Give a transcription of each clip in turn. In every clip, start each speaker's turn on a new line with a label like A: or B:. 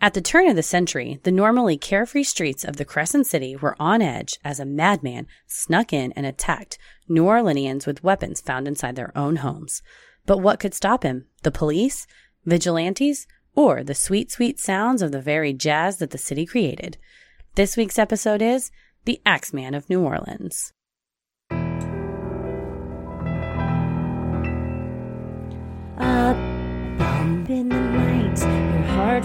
A: At the turn of the century, the normally carefree streets of the Crescent City were on edge as a madman snuck in and attacked New Orleanians with weapons found inside their own homes. But what could stop him? The police? Vigilantes? Or the sweet, sweet sounds of the very jazz that the city created? This week's episode is The Axeman of New Orleans.
B: A bump in the night, your heart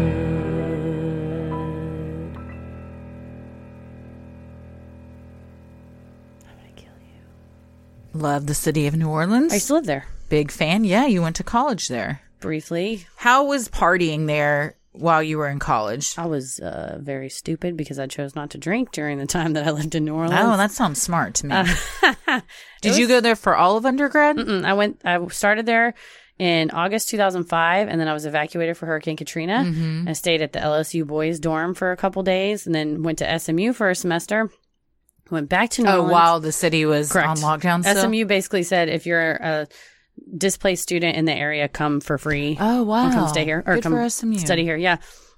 B: I'm gonna kill you.
C: Love the city of New Orleans.
A: I used to live there
C: Big fan. Yeah, you went to college there.
A: briefly.
C: How was partying there while you were in college?
A: I was uh, very stupid because I chose not to drink during the time that I lived in New Orleans.
C: Oh, that sounds smart to me. Did you go there for all of undergrad?
A: Uh, Mm-mm. Mm, I went. I started there in August 2005, and then I was evacuated for Hurricane Katrina.
C: Mm-hmm.
A: I stayed at the LSU boys' dorm for a couple days, and then went to SMU for a semester. Went back to New
C: Oh,
A: Orleans.
C: while the city was
A: Correct.
C: on lockdown. Still?
A: SMU basically said if you're a displaced student in the area, come for free.
C: Oh wow.
A: Or come stay here or
C: Good
A: come
C: for SMU.
A: study here. Yeah.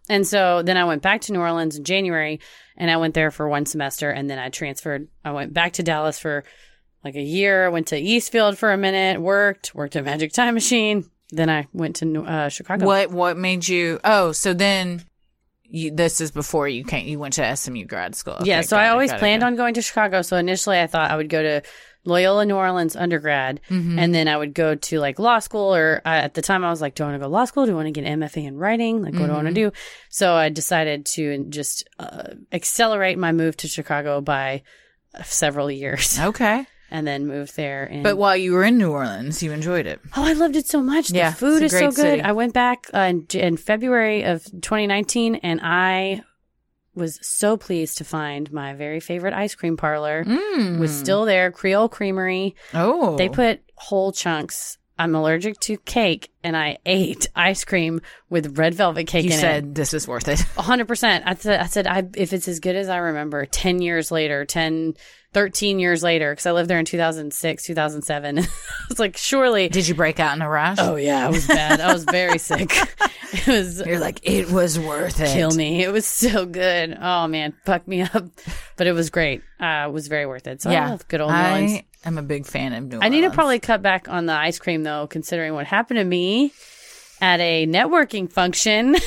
A: And so then I went back to New Orleans in January and I went there for one semester and then I transferred. I went back to Dallas for like a year, went to Eastfield for a minute, worked, worked at Magic Time Machine. Then I went to New- uh, Chicago.
C: What What made you? Oh, so then you, this is before you came. You went to SMU grad school.
A: yeah, so I always planned on going to Chicago. So initially I thought I would go to Loyola New Orleans undergrad
C: Mm-hmm.
A: and then I would go to like law school or uh, at the time I was like, do I want to go to law school? Do I want to get an MFA in writing? Like, what do I
C: Mm-hmm.
A: want to do? So I decided to just uh, accelerate my move to Chicago by several years
C: on. Okay,
A: and then moved there. And
C: Uh-huh. but while you were in New Orleans, you enjoyed it.
A: Oh, I loved it so much.
C: Yeah,
A: the food is
C: it's a
A: so good.
C: great city.
A: I went back uh, in, J- in February of 2019 and I was so pleased to find my very favorite ice cream parlor was still there, Creole Creamery. Mm.
C: Oh,
A: They put whole chunks. I'm allergic to cake and I ate ice cream with red velvet cake
C: You
A: in
C: said
A: it.
C: this is worth it.
A: 100%. I, th- I said, I, if it's as good as I remember 10 years later, 10, 13 years later, because I lived there in 2006, 2007. I was like, surely.
C: Did you break out in a rash?
A: Oh yeah, I was bad. I was very sick. It was
C: You're like, it was worth it.
A: kill me. It was so good. Oh man, fuck me up. But it was great. Uh, it was very worth it. So I love good old New Orleans.
C: I am a big fan of New Orleans.
A: I need to probably cut back on the ice cream though, considering what happened to me at a networking function.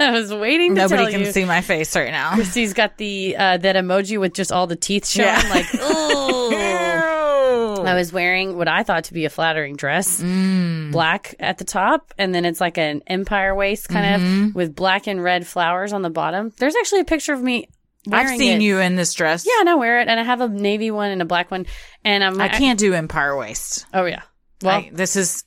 A: I was waiting to
C: Nobody
A: tell
C: can
A: you.
C: see my face right now.
A: Christy's got the uh, that emoji with just all the teeth showing.
C: Yeah.
A: Like, oh. I
C: Ew.
A: was wearing what I thought to be a flattering dress,
C: Mm.
A: black at the top, and then it's like an empire waist kind
C: Mm-hmm.
A: of with black and red flowers on the bottom. There's actually a picture of me. Wearing
C: I've seen
A: it.
C: you in this dress.
A: Yeah, and I wear it, and I have a navy one and a black one, and I'm.
C: I can't do Empire Waist.
A: oh yeah. Well,
C: I, this is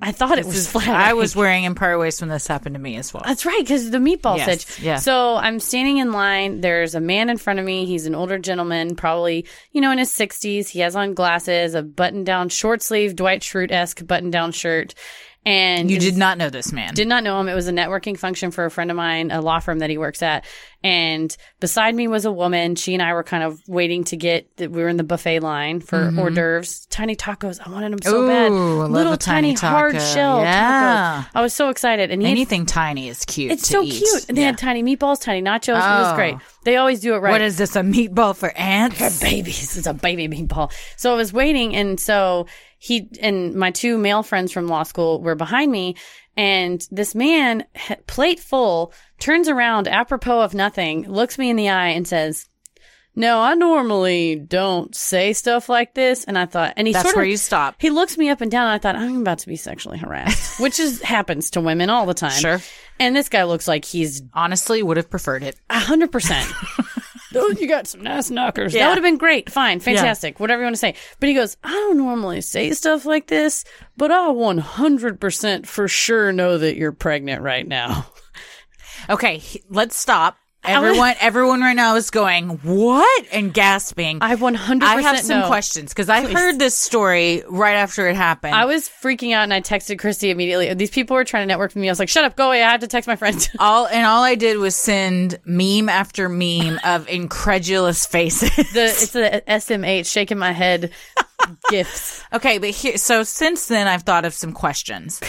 A: I, thought it
C: this
A: was
C: is
A: flattering.
C: I was wearing Empire Waist when this happened to me as well.
A: That's right, because the meatball
C: Yes,
A: sitch.
C: yeah.
A: So I'm standing in line. There's a man in front of me. He's an older gentleman, probably, you know, in his 60s. He has on glasses, a button down, short sleeve, Dwight Schrute esque button down shirt. And
C: You
A: did.
C: did not know this man.
A: Did not know him. It was a networking function for a friend of mine, a law firm that he works at. And beside me was a woman. She and I were kind of waiting to get that we were in the buffet line for hors d'oeuvres, tiny tacos. I wanted them so
C: Mm-hmm. Ooh,
A: bad.
C: I love
A: Little
C: a tiny
A: tiny, hard
C: taco.
A: shell
C: Yeah.
A: tacos. I was so excited. And he had-
C: Anything tiny is cute.
A: it's
C: to
A: so
C: eat.
A: cute. And they
C: Yeah.
A: had tiny meatballs, tiny nachos. It was
C: Oh.
A: great. They always do it right
C: What is this? A meatball for ants?
A: babies. It's a baby meatball. So I was waiting, and so he and my two male friends from law school were behind me, and this man, h- plate full, turns around apropos of nothing, looks me in the eye, and says. No, I normally don't say stuff like this, and I thought, and he
C: That's
A: sort of
C: where you stop.
A: He looks me up and down, and I thought I'm about to be sexually harassed, which is happens to women all the time.
C: Sure.
A: And this guy looks like he's
C: Honestly, would have preferred it.
A: a hundred percent. Oh, you got some nice knockers. That would have been great. Fine, fantastic, whatever you want to say. But he goes, I don't normally say stuff like this, but I one hundred percent for sure know that you're pregnant right now.
C: Okay, he- let's stop.
A: was-
C: Everyone, everyone right now is going what and gasping.
A: I 100%
C: I have some
A: know.
C: questions because I heard this story right after it happened.
A: I was freaking out and I texted Christy immediately. These people were trying to network with me. I was like, shut up, go away. I had to text my friend.
C: all and all I did was send meme after meme of incredulous faces.
A: the It's the SMH shaking my head gifts.
C: okay, but here, so since then I've thought of some questions.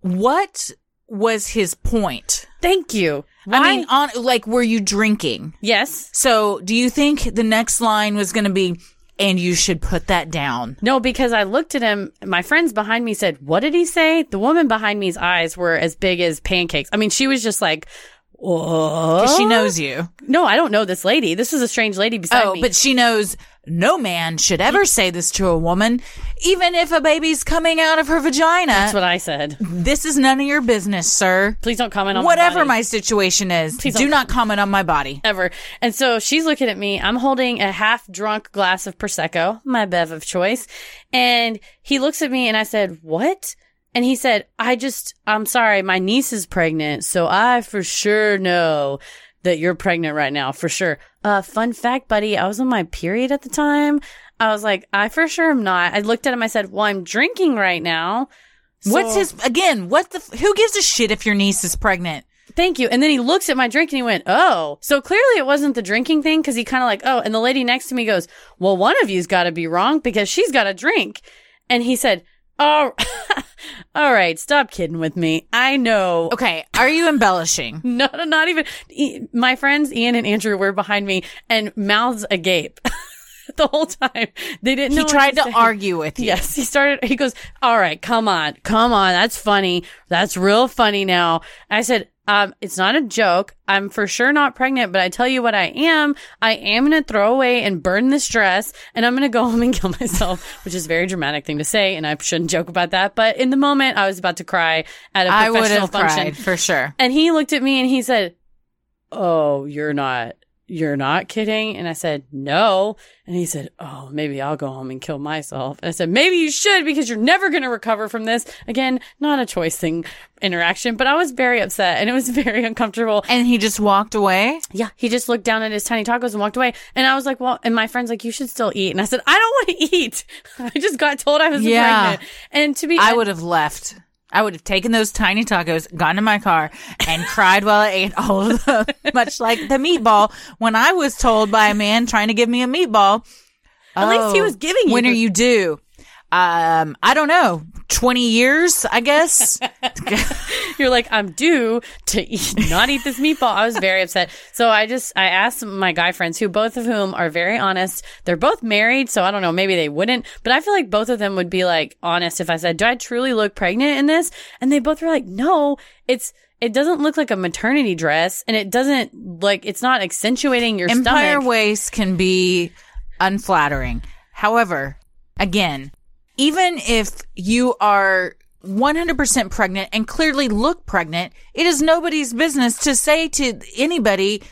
C: what was his point?
A: Thank you.
C: I mean, on like, were you drinking?
A: yes.
C: So, do you think the next line was going to be, and you should put that down?
A: No, because I looked at him. My friends behind me said, What did he say? The woman behind me's eyes were as big as pancakes. I mean, she was just like, What?
C: 'Cause She knows you.
A: No, I don't know this lady. This is a strange lady beside
C: Oh,
A: me.
C: but she knows no man should ever say this to a woman, even if a baby's coming out of her vagina.
A: That's what I said.
C: this is none of your business, sir.
A: Please don't comment on
C: Whatever
A: my, body
C: my situation is, do
A: don't-
C: not comment on my body.
A: ever. And so she's looking at me. I'm holding a half drunk glass of prosecco, my bev of choice, and he looks at me and I said, "What?" And he said, "I just I'm sorry, my niece is pregnant, so I for sure know that you're pregnant right now, for sure." Uh fun fact, buddy, I was on my period at the time. I was like, "I for sure am not." I looked at him I said, "Well, I'm drinking right now."
C: What's
A: So-
C: his again? What the? f- Who gives a shit if your niece is pregnant?
A: Thank you. And then he looks at my drink and he went, Oh. So clearly it wasn't the drinking thing because he kind of like, Oh. And the lady next to me goes, Well, one of you's got to be wrong because she's got a drink. And he said, Oh, all right. Stop kidding with me. I know.
C: Okay, are you embellishing?
A: No, not even. E- my friends Ian and Andrew were behind me and mouths agape the whole time. They didn't know.
C: he
A: what
C: tried to
A: say.
C: argue with you.
A: Yes, he started. He goes, "All right, come on, come on. That's funny. That's real funny." Now I said, um, "It's not a joke. I'm for sure not pregnant, but I tell you what, I am. I am gonna throw away and burn this dress, and I'm gonna go home and kill myself," which is a very dramatic thing to say, and I shouldn't joke about that. But in the moment, I was about to cry at a
C: I would
A: professional
C: have
A: function,
C: cried for sure.
A: and he looked at me and he said, "Oh, you're not." You're not kidding? And I said, no. And he said, Oh, maybe I'll go home and kill myself. And I said, Maybe you should because you're never going to recover from this. Again, not a choice thing interaction, but I was very upset and it was very uncomfortable.
C: And he just walked away.
A: Yeah. He just looked down at his tiny tacos and walked away. And I was like, Well, and my friend's like, You should still eat. And I said, I don't want to eat. I just got told I was
C: Yeah.
A: pregnant. And to be
C: I would have left. I would have taken those tiny tacos, gone to my car, and cried while I ate all of them, much like the meatball when I was told by a man trying to give me a meatball. "Oh,
A: At least he was giving you
C: When are
A: the-
C: you due? Um, I don't know. 20 years, I guess.
A: You're like, I'm due to eat, not eat this meatball. I was very upset. So I just, I asked my guy friends, who both of whom are very honest. They're both married, so I don't know, maybe they wouldn't, but I feel like both of them would be like honest if I said, Do I truly look pregnant in this? And they both were like, No, it's, it doesn't look like a maternity dress and it doesn't like, it's not accentuating your
C: Empire
A: stomach.
C: waist can be unflattering. However, again, even if you are 100% pregnant and clearly look pregnant, it is nobody's business to say to anybody,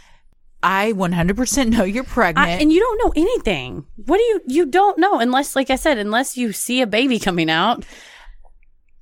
C: I 100% know you're pregnant.
A: I, and you don't know anything. What do you, you don't know unless, like I said, unless you see a baby coming out.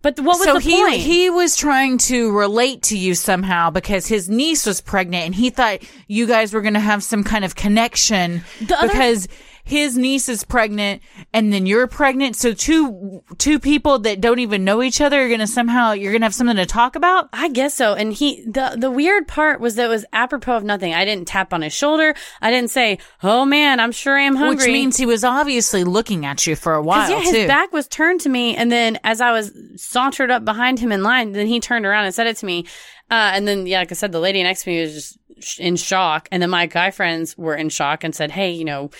A: But what was
C: so
A: the
C: he
A: point?
C: he was trying to relate to you somehow because his niece was pregnant and he thought you guys were going to have some kind of connection
A: The other-
C: because his niece is pregnant and then you're pregnant so two two people that don't even know each other are going to somehow you're going to have something to talk about
A: I guess so. And he, the, the weird part was that it was apropos of nothing. I didn't tap on his shoulder. I didn't say, Oh man, I'm sure I'm hungry.
C: which means he was obviously looking at you for a
A: 'Cause,
C: while
A: yeah, his
C: too
A: back was turned to me. And then as I was sauntered up behind him in line, then he turned around and said it to me. Uh, and then, yeah, like I said, the lady next to me was just sh- in shock. And then my guy friends were in shock and said, Hey, you know,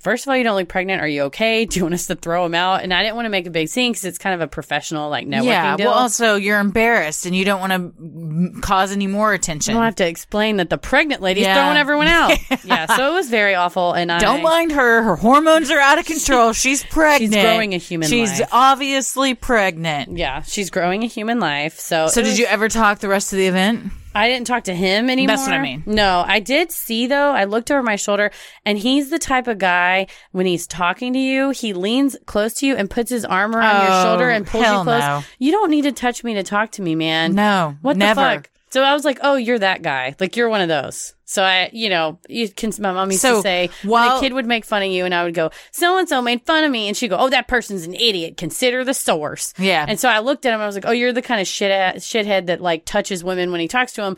A: first of all, you don't look pregnant. Are you okay? Do you want us to throw him out? And I didn't want to make a big scene because it's kind of a professional, like networking
C: yeah
A: deal.
C: well also you're embarrassed and you don't want to cause any more attention
A: I don't have to explain that the pregnant lady's
C: Yeah.
A: throwing everyone out. yeah, so it was very awful. And I
C: Don't mind her. Her hormones are out of control. She's pregnant.
A: growing a human
C: She's
A: life.
C: obviously pregnant.
A: Yeah, she's growing a human life. So,
C: So
A: it
C: did
A: was-
C: you ever talk the rest of the event?
A: I didn't talk to him anymore.
C: what I mean.
A: No, I did see though. I looked over my shoulder, and he's the type of guy when he's talking to you, he leans close to you and puts his arm around your
C: Oh,
A: shoulder and pulls you
C: hell
A: close.
C: no.
A: You don't need to touch me to talk to me, man.
C: No,
A: what
C: never.
A: the fuck? So I was like, oh, you're that guy. Like you're one of those. So I, you know, you can, my mom used
C: So,
A: to say, when
C: while-
A: a kid would make fun of you and I would go, so and so made fun of me. And she'd go, oh, that person's an idiot. Consider the source.
C: Yeah.
A: And so I looked at him. I was like, oh, you're the kind of shit ass, shithead that like touches women when he talks to him.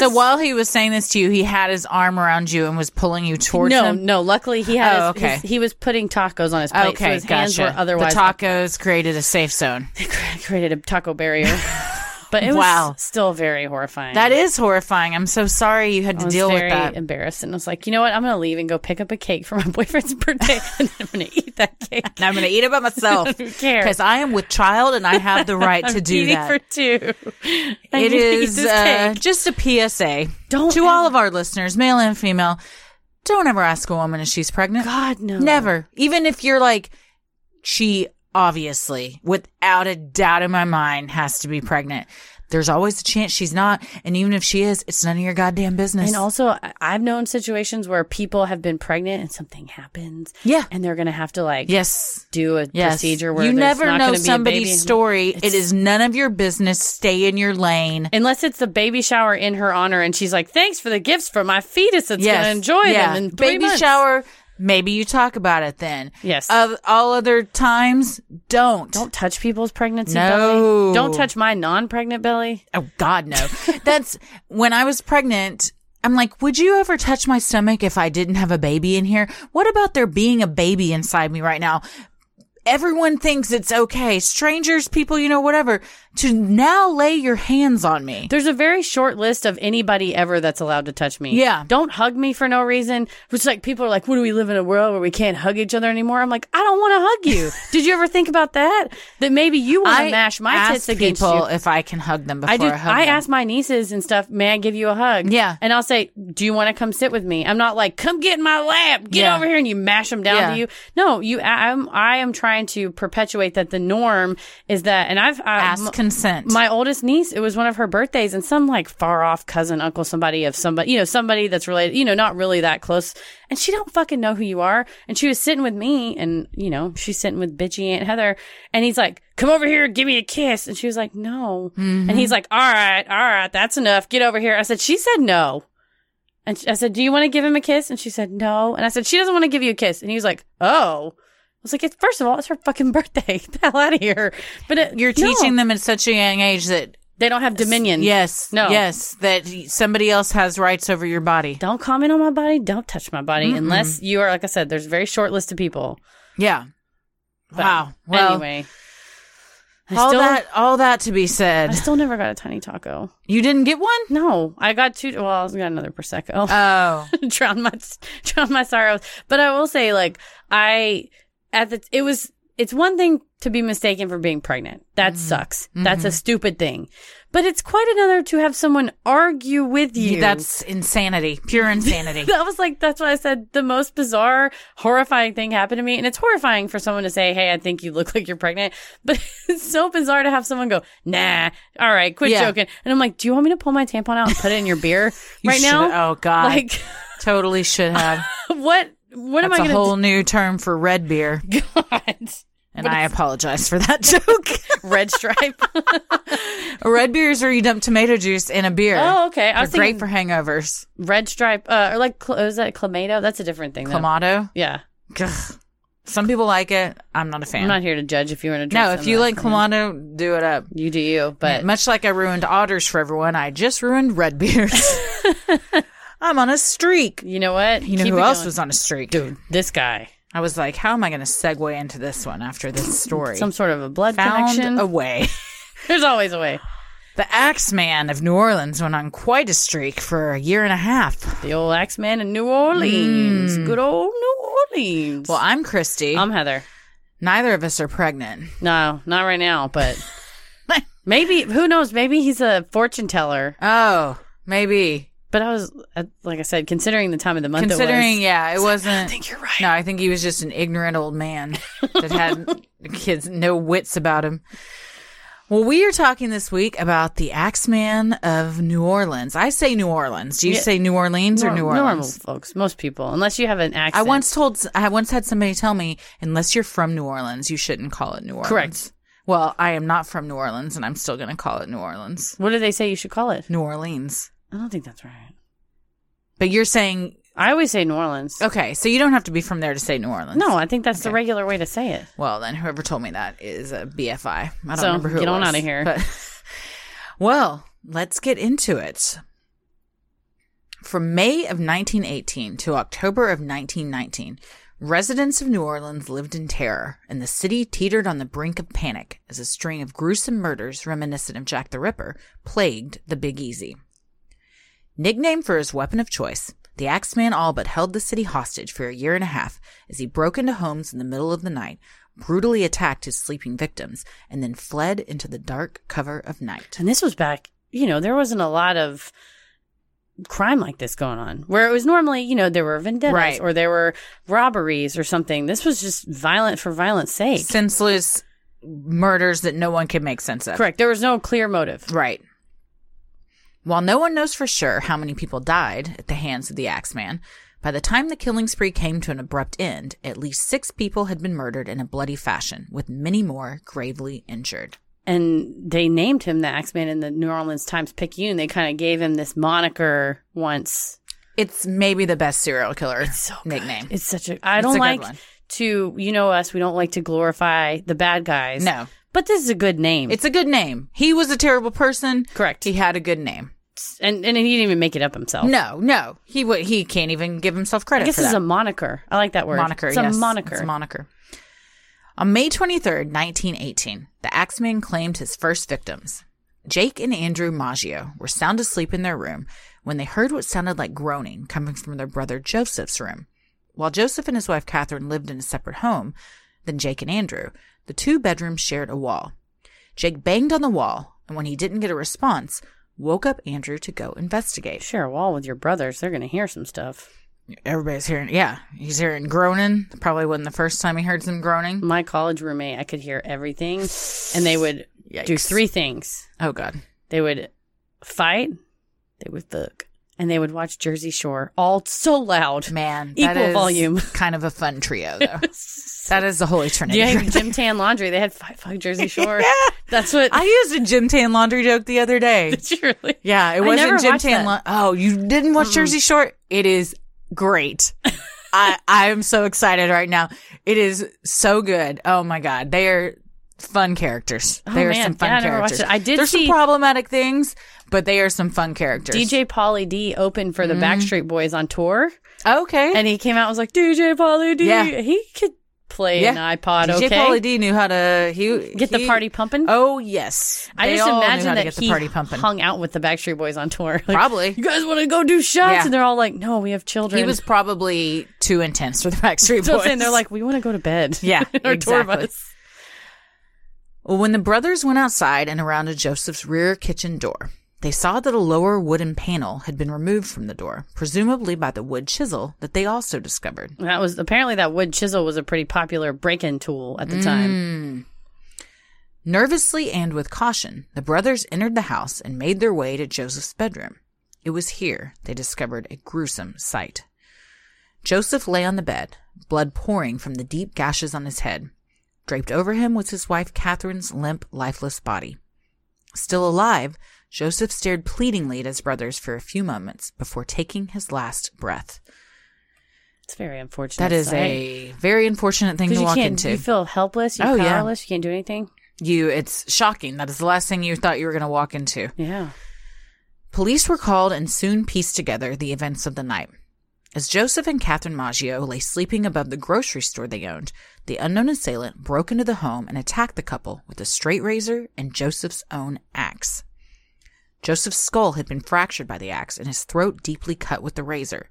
C: so while he was saying this to you, he had his arm around you and was pulling you towards
A: no,
C: him.
A: no. Luckily, he had.
C: Oh,
A: his- his-
C: okay.
A: he was putting tacos on his plate,
C: Okay,
A: so his hands
C: gotcha.
A: were otherwise.
C: the tacos created a safe zone.
A: They created a taco barrier, but it was
C: Wow.
A: still very horrifying.
C: That is horrifying. I'm so sorry you had
A: I
C: to
A: was
C: deal
A: very
C: with that.
A: embarrassed, and I was like, you know what? I'm going to leave and go pick up a cake for my boyfriend's birthday, and then I'm going to eat that cake.
C: And I'm going to eat it by myself
A: Who cares?
C: because I am with child and I have the right to
A: I'm
C: do
A: eating
C: that.
A: for two. I
C: it
A: need to eat
C: is
A: this
C: uh,
A: cake.
C: just a PSA
A: Don't
C: to all
A: ever-
C: of our listeners, male and female. Don't ever ask a woman if she's pregnant.
A: God no.
C: Never. Even if you're like, she obviously, without a doubt in my mind, has to be pregnant. There's always a chance she's not. And even if she is, it's none of your goddamn business.
A: And also, I- I've known situations where people have been pregnant and something happens.
C: Yeah.
A: and they're going to have to like
C: yes.
A: do a
C: Yes.
A: procedure where
C: you
A: there's
C: never
A: not
C: know
A: gonna be a
C: somebody's
A: baby.
C: story. it
A: It's-
C: is none of your business. Stay in your lane.
A: Unless it's the baby shower in her honor, and she's like, "Thanks for the gifts for my fetus. It's
C: yes.
A: gonna enjoy
C: yeah.
A: them." In three
C: baby
A: months."
C: shower. Maybe you talk about it then.
A: Yes.
C: Of all other times, don't.
A: Don't touch people's pregnancy
C: No.
A: belly. Don't touch my non-pregnant belly.
C: Oh God, no. That's when I was pregnant. I'm like, would you ever touch my stomach if I didn't have a baby in here? What about there being a baby inside me right now? Everyone thinks it's okay. Strangers, people, you know, whatever, to now lay your hands on me.
A: There's a very short list of anybody ever that's allowed to touch me.
C: Yeah.
A: Don't hug me for no reason. It's like people are like, "What do we live in a world where we can't hug each other anymore?" I'm like, "I don't want to hug you." Did you ever think about that? That maybe you want to mash my
C: ask
A: tits against you.
C: people if I can hug them before I,
A: I do.
C: hug
A: I
C: them.
A: ask my nieces and stuff, may I give you a hug?
C: Yeah.
A: And I'll say, do you want to come sit with me? I'm not like, come get in my lap, get
C: Yeah.
A: over here, and you mash them down
C: Yeah.
A: to you. No, you. I- I'm. I am trying to perpetuate that the norm is that, and I've I,
C: ask consent.
A: my oldest niece, it was one of her birthdays, and some like far off cousin, uncle, somebody of somebody, you know, somebody that's related, you know, not really that close. And she don't fucking know who you are. And she was sitting with me, and you know, she's sitting with bitchy Aunt Heather, and he's like, "Come over here, give me a kiss." And she was like, "No."
C: Mm-hmm.
A: And he's like, "All right, all right, that's enough. Get over here." I said, "She said no." And sh- I said, "Do you want to give him a kiss?" And she said, "No." And I said, "She doesn't want to give you a kiss." And he was like, "Oh." I was like, it's, first of all, it's her fucking birthday. Get the hell out of here. But it,
C: You're
A: no.
C: teaching them at such a young age that
A: They don't have dominion.
C: yes,
A: No.
C: yes, that somebody else has rights over your body.
A: Don't comment on my body. Don't touch my body unless you are, like I said, there's a very short list of people.
C: Yeah.
A: But
C: wow. Well,
A: anyway, I
C: all
A: still,
C: that all that to be
A: I
C: said.
A: still never got a tiny taco.
C: You didn't get one?
A: No, I got two. Well, I got another prosecco.
C: Oh.
A: drown my drown my sorrows. But I will say, like I at the it was it's one thing to be mistaken for being pregnant. That
C: Mm-hmm.
A: sucks. That's a stupid thing. But it's quite another to have someone argue with you.
C: That's insanity. Pure insanity.
A: that was like that's why I said the most bizarre, horrifying thing happened to me. And it's horrifying for someone to say, "Hey, I think you look like you're pregnant," but it's so bizarre to have someone go, "Nah, all right, quit
C: Yeah.
A: joking." And I'm like, "Do you want me to pull my tampon out and put it in your beer
C: You
A: right
C: should-
A: now?"
C: Oh god.
A: Like,
C: totally should have.
A: what? What am I going
C: That's a
A: to
C: whole new term for red beer.
A: God.
C: And I apologize for that joke.
A: Red stripe.
C: red beer is where you dump tomato juice in a beer.
A: oh, okay. I
C: They're
A: was thinking
C: great for hangovers.
A: red stripe, uh, or like, cl- is that clamato? That's a different thing. though.
C: Clamato.
A: Yeah.
C: Gah. Some people like it. I'm not a fan.
A: I'm not here to judge if you want to drink
C: no, if
A: some
C: you
A: of that.
C: like Clamato, do it up.
A: you do you, but
C: Much like I ruined otters for everyone, I just ruined red beers. I'm on a streak.
A: you know what?
C: You know
A: Keep
C: who
A: it
C: else
A: going.
C: was on a streak?
A: Dude, this guy.
C: I was like, how am I going to segue into this one after this story?
A: Some sort of a blood
C: Found
A: connection. Oh,
C: a way.
A: There's always a way.
C: The Axeman of New Orleans went on quite a streak for a year and a half.
A: The old Axeman in New Orleans. Good old New Orleans.
C: Hmm. Well, I'm Christy.
A: I'm Heather.
C: Neither of us are pregnant.
A: No, not right now, but maybe, who knows? Maybe he's a fortune teller.
C: Oh, maybe.
A: But I was, uh, like I said, considering the time of the month
C: Considering,
A: it was.
C: yeah, it wasn't.
A: you're right.
C: No, I think he was just an ignorant old man that had kids no wits about him. Well, we are talking this week about the Axeman of New Orleans. I say New Orleans. Do you
A: Yeah.
C: say New Orleans or
A: Nor-
C: New Orleans?
A: Normal folks, most people, unless you have an accent.
C: I once told I once had somebody tell me unless you're from New Orleans, you shouldn't call it New Orleans.
A: Correct.
C: Well, I am not from New Orleans, and I'm still going to call it New Orleans.
A: What do they say you should call it?
C: New Orleans.
A: I don't think that's right.
C: But you're saying,
A: I always say New Orleans.
C: okay, so you don't have to be from there to say New Orleans.
A: No, I think that's the
C: Okay.
A: regular way to say it.
C: Well, then whoever told me that is a BFI. I don't
A: So,
C: remember who.
A: get
C: it
A: on
C: was,
A: outta here.
C: but- well, let's get into it. From May of 1918 to October of 1919, residents of New Orleans lived in terror, and the city teetered on the brink of panic as a string of gruesome murders reminiscent of Jack the Ripper plagued the Big Easy. Nicknamed for his weapon of choice, the Axeman all but held the city hostage for a year and a half as he broke into homes in the middle of the night, brutally attacked his sleeping victims, and then fled into the dark cover of night.
A: And this was back, you know, there wasn't a lot of crime like this going on where it was normally, you know, there were vendettas
C: Right.
A: or there were robberies or something. This was just violent for violence sake.
C: Senseless murders that no one can make sense of.
A: Correct. There was no clear motive.
C: Right. While no one knows for sure how many people died at the hands of the Axeman, by the time the killing spree came to an abrupt end, at least six people had been murdered in a bloody fashion, with many more gravely injured.
A: And they named him the Axeman in the New Orleans Times Picayune. They kind of gave him this moniker once.
C: It's maybe the best serial killer nickname.
A: It's such a, I
C: It's
A: don't
C: a good
A: like
C: one.
A: to, you know, us, we don't like to glorify the bad guys.
C: No,
A: But this is a good name.
C: it's a good name. He was a terrible person.
A: correct.
C: He had a good name.
A: and, and he didn't even make it up himself.
C: No, no, he would. He can't even give himself
A: I
C: credit.
A: guess
C: for
A: it's
C: that.
A: a moniker. I like that word.
C: Moniker,
A: It's
C: yes.
A: a moniker.
C: It's a moniker. On May 23rd, 1918, the Axeman claimed his first victims. Jake and Andrew Maggio were sound asleep in their room when they heard what sounded like groaning coming from their brother Joseph's room. While Joseph and his wife Catherine lived in a separate home than Jake and Andrew, the two bedrooms shared a wall. Jake banged on the wall, and when he didn't get a response, woke up Andrew to go investigate.
A: Share a wall with your brothers. They're going to hear some stuff.
C: Everybody's hearing, yeah, he's hearing groaning. Probably wasn't the first time he heard some groaning.
A: My college roommate, I could hear everything, and they would do
C: Yikes.
A: three things.
C: Oh god,
A: They would fight, they would fuck, and they would watch Jersey Shore all so loud.
C: man,
A: Equal
C: that is
A: volume.
C: Kind of a fun trio, though. that is the holy trinity.
A: Yeah,
C: right
A: Jim Tan Laundry. They had fight fuck Jersey Shore.
C: Yeah.
A: That's what.
C: there. I used a Jim Tan laundry joke the other day.
A: Did you really?
C: Yeah, it
A: I never
C: wasn't Jim
A: watched
C: Tan.
A: that.
C: Laun- oh, you didn't watch Jersey Shore? It is great. I I am so excited right now. It is so good. Oh my god, they are fun characters.
A: Oh,
C: they are
A: man.
C: some fun
A: Yeah, I never watched
C: characters.
A: it. I did
C: There's
A: see-
C: some problematic things, but they are some fun characters.
A: DJ Pauly D opened for the
C: Mm-hmm.
A: Backstreet Boys on tour,
C: Okay.
A: and he came out and was like, "DJ Pauly D,
C: Yeah.
A: he could play
C: Yeah.
A: an iPod."
C: DJ
A: okay,
C: Pauly D knew how to he,
A: get the
C: he-
A: party pumping.
C: Oh yes,
A: I
C: They
A: just
C: all knew
A: imagine
C: how
A: that
C: to get
A: he
C: the party pumping.
A: hung out with the Backstreet Boys on tour. Like,
C: Probably
A: you guys want to go do shots,
C: Yeah.
A: and they're all like, "No, we have children."
C: he was probably too intense for the Backstreet Boys.
A: so saying they're like, "We want to go to bed."
C: Yeah,
A: our tour
C: exactly.
A: bus.
C: Well, when the brothers went outside and around to Joseph's rear kitchen door, they saw that a lower wooden panel had been removed from the door, presumably by the wood chisel that they also discovered.
A: That was apparently that wood chisel was a pretty popular break-in tool at the
C: Mm.
A: time.
C: Nervously and with caution, the brothers entered the house and made their way to Joseph's bedroom. It was here they discovered a gruesome sight. Joseph lay on the bed, blood pouring from the deep gashes on his head. Draped over him was his wife Catherine's limp, lifeless body. Still alive, Joseph stared pleadingly at his brothers for a few moments before taking his last breath.
A: It's very unfortunate.
C: That is
A: sight.
C: a very unfortunate thing
A: 'Cause
C: to
A: you
C: walk
A: can't.
C: into.
A: You feel helpless. You're
C: Oh, yeah.
A: powerless. You can't do anything.
C: you, it's shocking. That is the last thing you thought you were going to walk into.
A: Yeah.
C: Police were called and soon pieced together the events of the night. As Joseph and Catherine Maggio lay sleeping above the grocery store they owned, the unknown assailant broke into the home and attacked the couple with a straight razor and Joseph's own axe. Joseph's skull had been fractured by the axe and his throat deeply cut with the razor.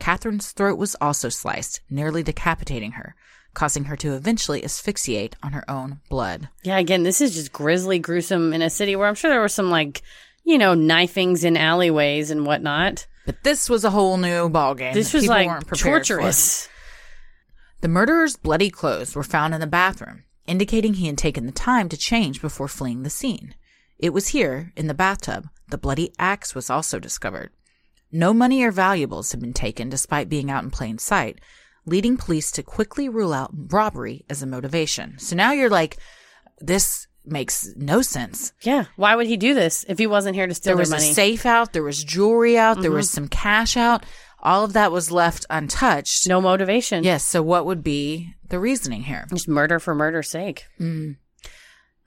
C: Catherine's throat was also sliced, nearly decapitating her, causing her to eventually asphyxiate on her own blood.
A: Yeah. Again, this is just grisly, gruesome in a city where I'm sure there were some like, you know, knifings in alleyways and whatnot.
C: But this was a whole new ballgame.
A: this
C: that
A: was
C: people
A: like
C: weren't prepared for.
A: torturous.
C: The murderer's bloody clothes were found in the bathroom, indicating he had taken the time to change before fleeing the scene. It was here, in the bathtub, the bloody axe was also discovered. No money or valuables had been taken despite being out in plain sight, leading police to quickly rule out robbery as a motivation. So now you're like, this makes no sense.
A: Yeah. Why would he do this if he wasn't here to steal
C: There
A: their
C: was a
A: money? Mm-hmm.
C: safe out, there was jewelry out, there was some cash out. All of that was left untouched.
A: no motivation.
C: Yes, so what would be the reasoning here?
A: Just murder for murder's sake.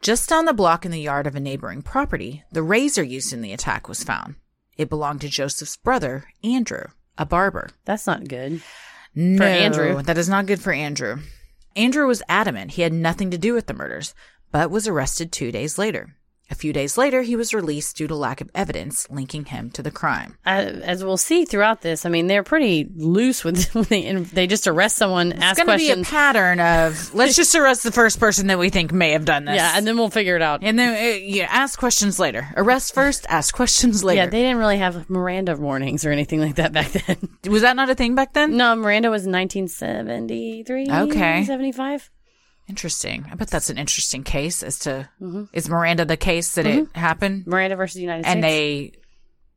C: Just down the block in the yard of a neighboring property, the razor used in the attack was found. It belonged to Joseph's brother, Andrew, a barber.
A: That's not good.
C: No,
A: Andrew.
C: That is not good for Andrew. Andrew was adamant he had nothing to do with the murders, but was arrested two days later. A few days later, he was released due to lack of evidence linking him to the crime.
A: I, as we'll see throughout this, I mean, they're pretty loose with when they, and they just arrest someone,
C: It's
A: ask
C: going to be a
A: questions.
C: pattern of let's just arrest the first person that we think may have done this.
A: yeah, and then we'll figure it out.
C: and then uh, yeah, ask questions later. Arrest first, ask questions later.
A: Yeah, they didn't really have Miranda warnings or anything like that back then.
C: was that not a thing back then?
A: no, Miranda was 1973,
C: Okay.
A: 75.
C: Interesting. I bet that's an interesting case as to is Miranda the case that it happened
A: Mm-hmm. Miranda versus United
C: and
A: States.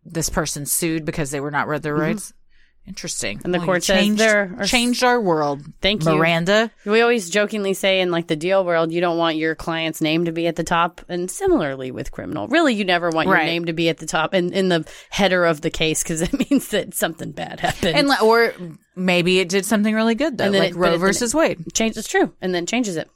C: they this person sued because they were not read their rights. Interesting.
A: Mm-hmm. And the
C: Well, you
A: court says
C: changed,
A: there are-
C: changed our world.
A: Thank you.
C: Miranda.
A: we always jokingly say in like the deal world, you don't want your client's name to be at the top, and similarly with criminal, really you never want your
C: Right.
A: name to be at the top and in the header of the case because it means that something bad happened.
C: And li- or maybe it did something really good though,
A: And then
C: like
A: it- but it-
C: Roe
A: then
C: versus Wade.
A: change it's true, and then changes it.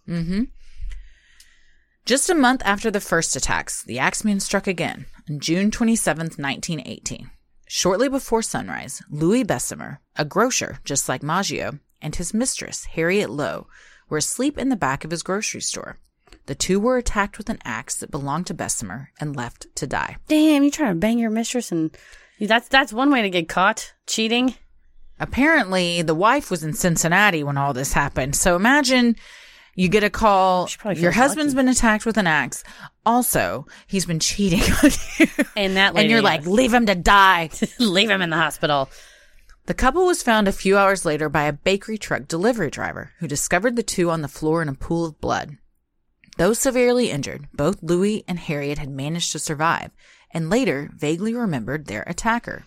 C: Just a month after the first attacks, the Axeman struck again on June 27th, 1918. Shortly before sunrise, Louis Bessemer, a grocer just like Maggio, and his mistress, Harriet Lowe, were asleep in the back of his grocery store. The two were attacked with an axe that belonged to Bessemer and left to die.
A: Damn, you trying to bang your mistress, and that's that's one way to get caught cheating.
C: Apparently, the wife was in Cincinnati when all this happened. So imagine you get a call.
A: She probably
C: Your
A: feels
C: husband's been attacked with an axe. Also, he's been cheating on you.
A: And that
C: and
A: lady
C: you're like, leave him to die.
A: leave him in the hospital.
C: The couple was found a few hours later by a bakery truck delivery driver who discovered the two on the floor in a pool of blood. Though severely injured, both Louis and Harriet had managed to survive and later vaguely remembered their attacker.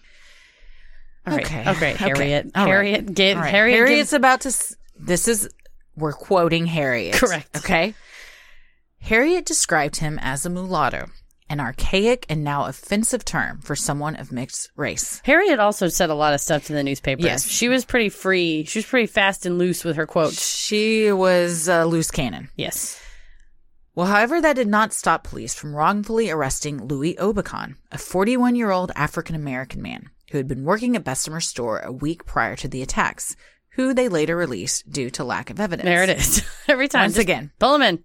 A: All right.
C: Okay.
A: Okay. Harriet.
C: All right.
A: Harriet. Get,
C: All right.
A: Harriet.
C: Harriet's
A: gives-
C: about to. s- This is we're quoting Harriet.
A: Correct.
C: Okay. Harriet described him as a mulatto, an archaic and now offensive term for someone of mixed race.
A: Harriet also said a lot of stuff to the newspaper.
C: Yes.
A: She was pretty free. She was pretty fast and loose with her quotes.
C: She was a loose cannon.
A: Yes.
C: Well, however, that did not stop police from wrongfully arresting Louis Obicon, a 41 year old African American man who had been working at Bessemer's store a week prior to the attacks, who they later released due to lack of evidence.
A: There it is. Every time.
C: Once
A: Just
C: again.
A: Pull him in.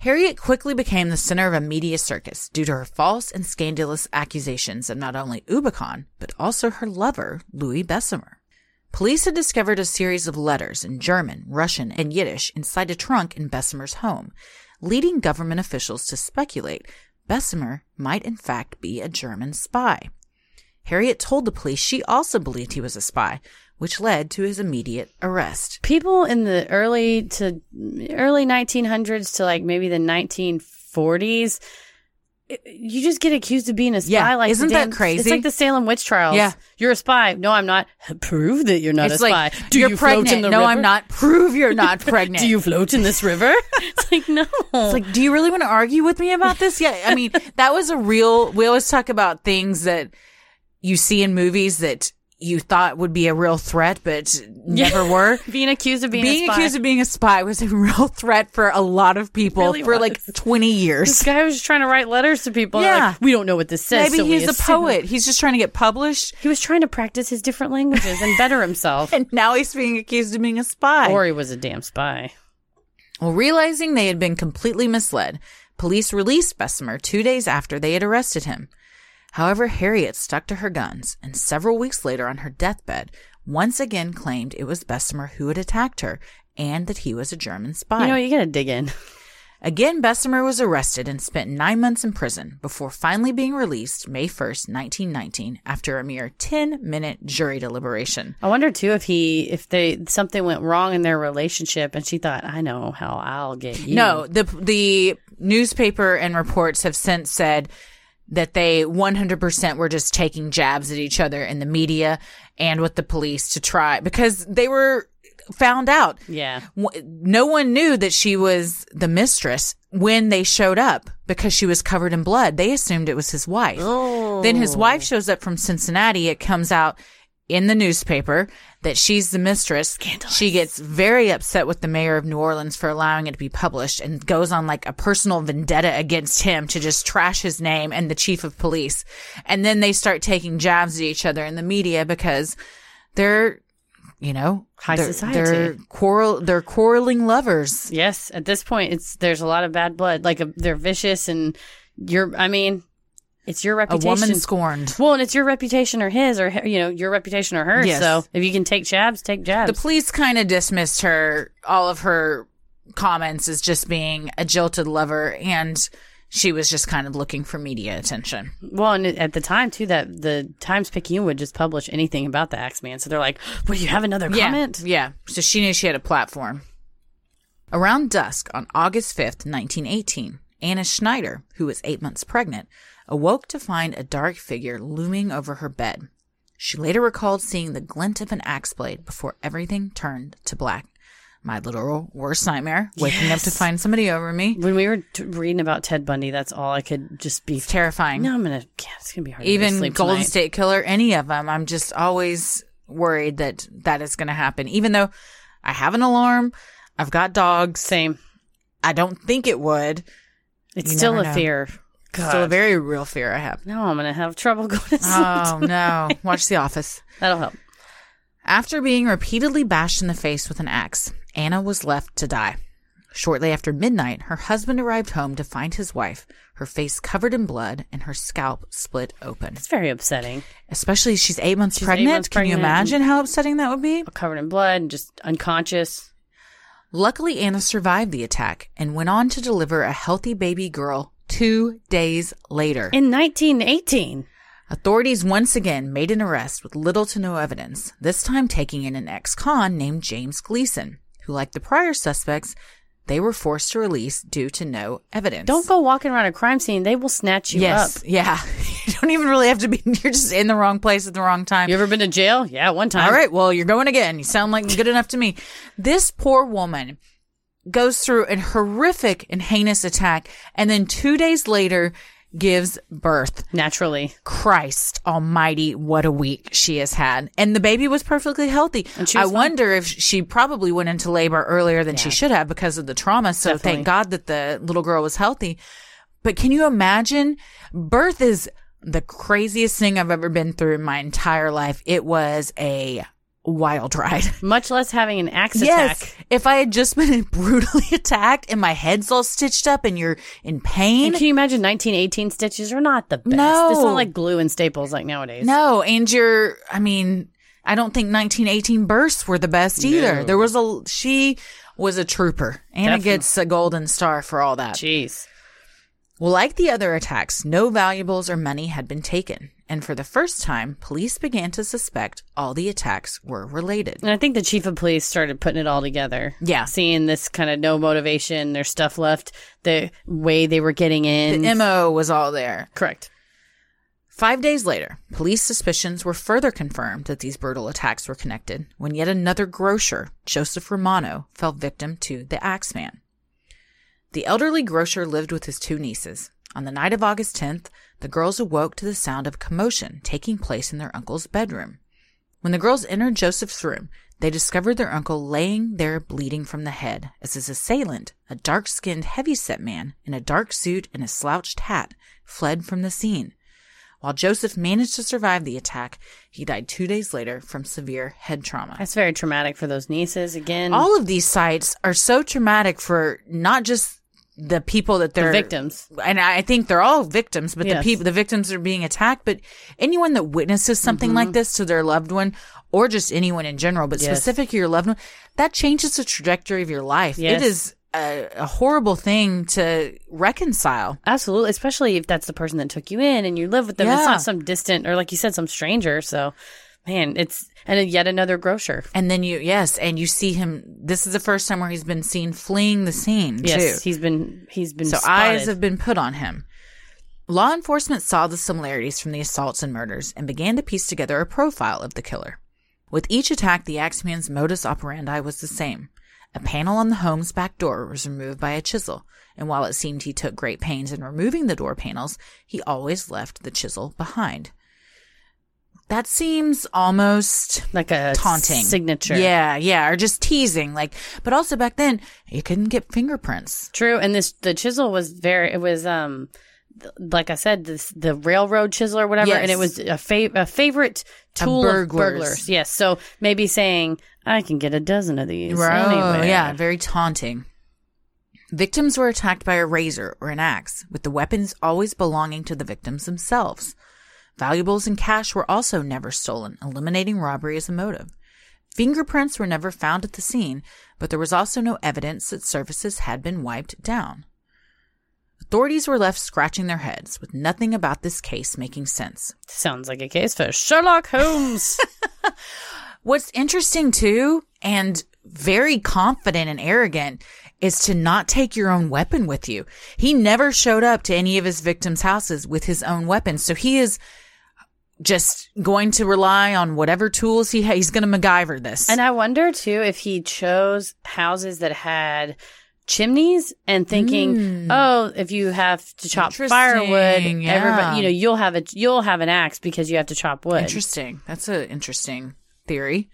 C: Harriet quickly became the center of a media circus due to her false and scandalous accusations of not only Ubicon, but also her lover, Louis Bessemer. Police had discovered a series of letters in German, Russian, and Yiddish inside a trunk in Bessemer's home, leading government officials to speculate Bessemer might in fact be a German spy. Harriet told the police she also believed he was a spy, which led to his immediate arrest.
A: People in the early to early 1900s to like maybe the 1940s, it- you just get accused of being a spy.
C: Yeah.
A: Like the
C: Isn't that
A: damn- It's
C: crazy?
A: like the Salem witch trials.
C: Yeah.
A: You're a spy. No, I'm not. Prove that you're not
C: it's
A: a spy.
C: like
A: Do
C: you're
A: you
C: pregnant.
A: float in the
C: no,
A: river?
C: I'm not. Prove you're not pregnant.
A: Do you float in this river? it's like no.
C: It's like, do you really want to argue with me about this? Yeah, I mean, that was a real. We always talk about things that you see in movies that you thought would be a real threat, but never were.
A: being accused of being,
C: Being
A: a spy.
C: accused of being a spy was a real threat for a lot of people
A: Really
C: for
A: was.
C: like twenty
A: This
C: years.
A: guy was trying to write letters to people. and they're
C: Yeah.
A: like, we don't know what this says.
C: Maybe
A: so we
C: he's a
A: assume-"
C: poet. He's just trying to get published,
A: He was trying to practice his different languages and better himself.
C: and now he's being accused of being a spy.
A: or he was a damn spy.
C: Well, realizing they had been completely misled, police released Bessemer two days after they had arrested him. However, Harriet stuck to her guns, and several weeks later on her deathbed, once again claimed it was Bessemer who had attacked her and that he was a German spy.
A: You know, you gotta dig in.
C: Again, Bessemer was arrested and spent nine months in prison before finally being released May 1st, 1919, after a mere 10 minute jury deliberation.
A: I wonder too if he, if they, something went wrong in their relationship, and she thought, I know how I'll get you.
C: No, the the newspaper and reports have since said that they 100% were just taking jabs at each other in the media and with the police to try because they were found out.
A: Yeah.
C: W- No one knew that she was the mistress when they showed up because she was covered in blood. They assumed it was his wife.
A: Oh.
C: Then his wife shows up from Cincinnati. It comes out in the newspaper that she's the mistress. She gets very upset with the mayor of New Orleans for allowing it to be published and goes on like a personal vendetta against him to just trash his name and the chief of police. And then they start taking jabs at each other in the media because they're, you know,
A: High
C: they're,
A: society.
C: They're quarrel. They're quarreling lovers.
A: Yes, at this point, it's there's a lot of bad blood. Like a, they're vicious, and you're. I mean, it's your
C: A
A: reputation.
C: woman scorned.
A: well, and it's your reputation or his or her- you know your reputation or hers.
C: Yes.
A: So if you can take jabs, take jabs.
C: The police kind of dismissed her, all of her comments as just being a jilted lover, and she was just kind of looking for media attention.
A: well, and at the time too, that the Times Picayune would just publish anything about the Axeman. So they're like, "Well, you have another comment."
C: Yeah. yeah. So she knew she had a platform. Around dusk on August 5th, 1918, Anna Schneider, who was eight months pregnant, awoke to find a dark figure looming over her bed. She later recalled seeing the glint of an axe blade before everything turned to black. My literal worst nightmare, waking up to
A: Yes.
C: find somebody over me.
A: When we were t- reading about Ted Bundy, that's all I could just be.
C: It's terrifying.
A: no, I'm gonna. Yeah, it's gonna be hard. to go to
C: even
A: sleep
C: Golden
A: tonight.
C: State Killer, any of them. I'm just always worried that that is going to happen. Even though I have an alarm, I've got dogs.
A: Same.
C: I don't think it would.
A: It's
C: You
A: still
C: never
A: a
C: know.
A: fear.
C: It's Still a very real fear I have.
A: No, I'm gonna have trouble going to sleep.
C: Oh no! Watch The Office.
A: That'll help.
C: After being repeatedly bashed in the face with an axe, Anna was left to die. Shortly after midnight, her husband arrived home to find his wife, her face covered in blood and her scalp split open.
A: It's very upsetting.
C: Especially, she's eight months
A: She's eight
C: pregnant.
A: months
C: Can you
A: pregnant.
C: imagine how upsetting that would be?
A: Covered in blood and just unconscious.
C: Luckily, Anna survived the attack and went on to deliver a healthy baby girl two days later.
A: In 1918.
C: Authorities once again made an arrest with little to no evidence, this time taking in an ex con named James Gleason, who, like the prior suspects, they were forced to release due to no evidence.
A: Don't go walking around a crime scene. They will snatch you
C: Yes.
A: up.
C: Yeah. you don't even really have to be, you're just in the wrong place at the wrong time.
A: You ever been to jail? Yeah, one time.
C: All right. Well, you're going again. You sound like good enough to me. This poor woman goes through a horrific and heinous attack and then two days later gives birth.
A: Naturally.
C: Christ almighty, what a week she has had. And the baby was perfectly healthy.
A: And she
C: I
A: was fine.
C: wonder if she probably went into labor earlier than she should have because of the trauma. So
A: Definitely.
C: thank God that the little girl was healthy. But can you imagine? Birth is the craziest thing I've ever been through in my entire life. It was a wild ride.
A: Much less having an axe
C: Yes.
A: attack.
C: If I had just been brutally attacked and my head's all stitched up and you're in pain.
A: And can you imagine 1918 stitches are not the best?
C: No.
A: It's not like glue and staples like nowadays.
C: No, and you're, I mean, I don't think 1918 births were the best either. There was a, she was a trooper. Anna
A: Definitely.
C: gets a golden star for all that.
A: Jeez.
C: Well, like the other attacks, no valuables or money had been taken. And for the first time, police began to suspect all the attacks were related.
A: And I think the chief of police started putting it all together.
C: Yeah.
A: Seeing this kind of no motivation, their stuff left, the way they were getting in.
C: The MO was all there.
A: Correct.
C: Five days later, police suspicions were further confirmed that these brutal attacks were connected when yet another grocer, Joseph Romano, fell victim to the Axeman. The elderly grocer lived with his two nieces. On the night of August 10th, the girls awoke to the sound of commotion taking place in their uncle's bedroom. When the girls entered Joseph's room, they discovered their uncle laying there bleeding from the head as his assailant, a dark skinned, heavy set man in a dark suit and a slouched hat, fled from the scene. While Joseph managed to survive the attack, he died two days later from severe head trauma.
A: That's very traumatic for those nieces. Again,
C: All of these sites are so traumatic for not just the people that
A: the
C: they're
A: victims.
C: and I think they're all victims, but
A: Yes.
C: the people, the victims are being attacked. But anyone that witnesses something like this to their loved one, or just anyone in general, but
A: Mm-hmm. Yes.
C: specific to your loved one, that changes the trajectory of your life.
A: Yes.
C: It is a, a horrible thing to reconcile.
A: Absolutely, especially if that's the person that took you in and you live with them. It's
C: Yeah.
A: not some distant or, like you said, some stranger. So, man, it's and yet another grocer.
C: And then you, yes, and you see him. This is the first time where he's been seen fleeing the scene.
A: Yes,
C: too.
A: he's been he's been
C: so
A: spotted.
C: eyes have been put on him. Law enforcement saw the similarities from the assaults and murders and began to piece together a profile of the killer. With each attack, the Axeman's modus operandi was the same. A panel on the home's back door was removed by a chisel, and while it seemed he took great pains in removing the door panels, he always left the chisel behind. That seems almost
A: Like a
C: taunting
A: signature.
C: Yeah, yeah, or just teasing. Like, but also back then you couldn't get fingerprints.
A: True, and this the chisel was very. It was um, th- like I said, this the railroad chisel or whatever,
C: Yes.
A: and it was a fa- a favorite tool of
C: burglars.
A: burglars. Yes, so maybe saying I can get a dozen of these anyway.
C: Oh, yeah, very taunting. Victims were attacked by a razor or an axe, with the weapons always belonging to the victims themselves. Valuables and cash were also never stolen, eliminating robbery as a motive. Fingerprints were never found at the scene, but there was also no evidence that surfaces had been wiped down. Authorities were left scratching their heads, with nothing about this case making sense.
A: sounds like a case for Sherlock Holmes.
C: What's interesting too, and very confident and arrogant, is to not take your own weapon with you. He never showed up to any of his victims' houses with his own weapons. So he is just going to rely on whatever tools he ha- He's going to MacGyver this.
A: and I wonder too if he chose houses that had chimneys and thinking, oh, if you have to chop firewood,
C: Hmm. Interesting, yeah.
A: everybody, you know, you'll have a you'll have an axe because you have to chop wood.
C: Interesting. That's an interesting theory.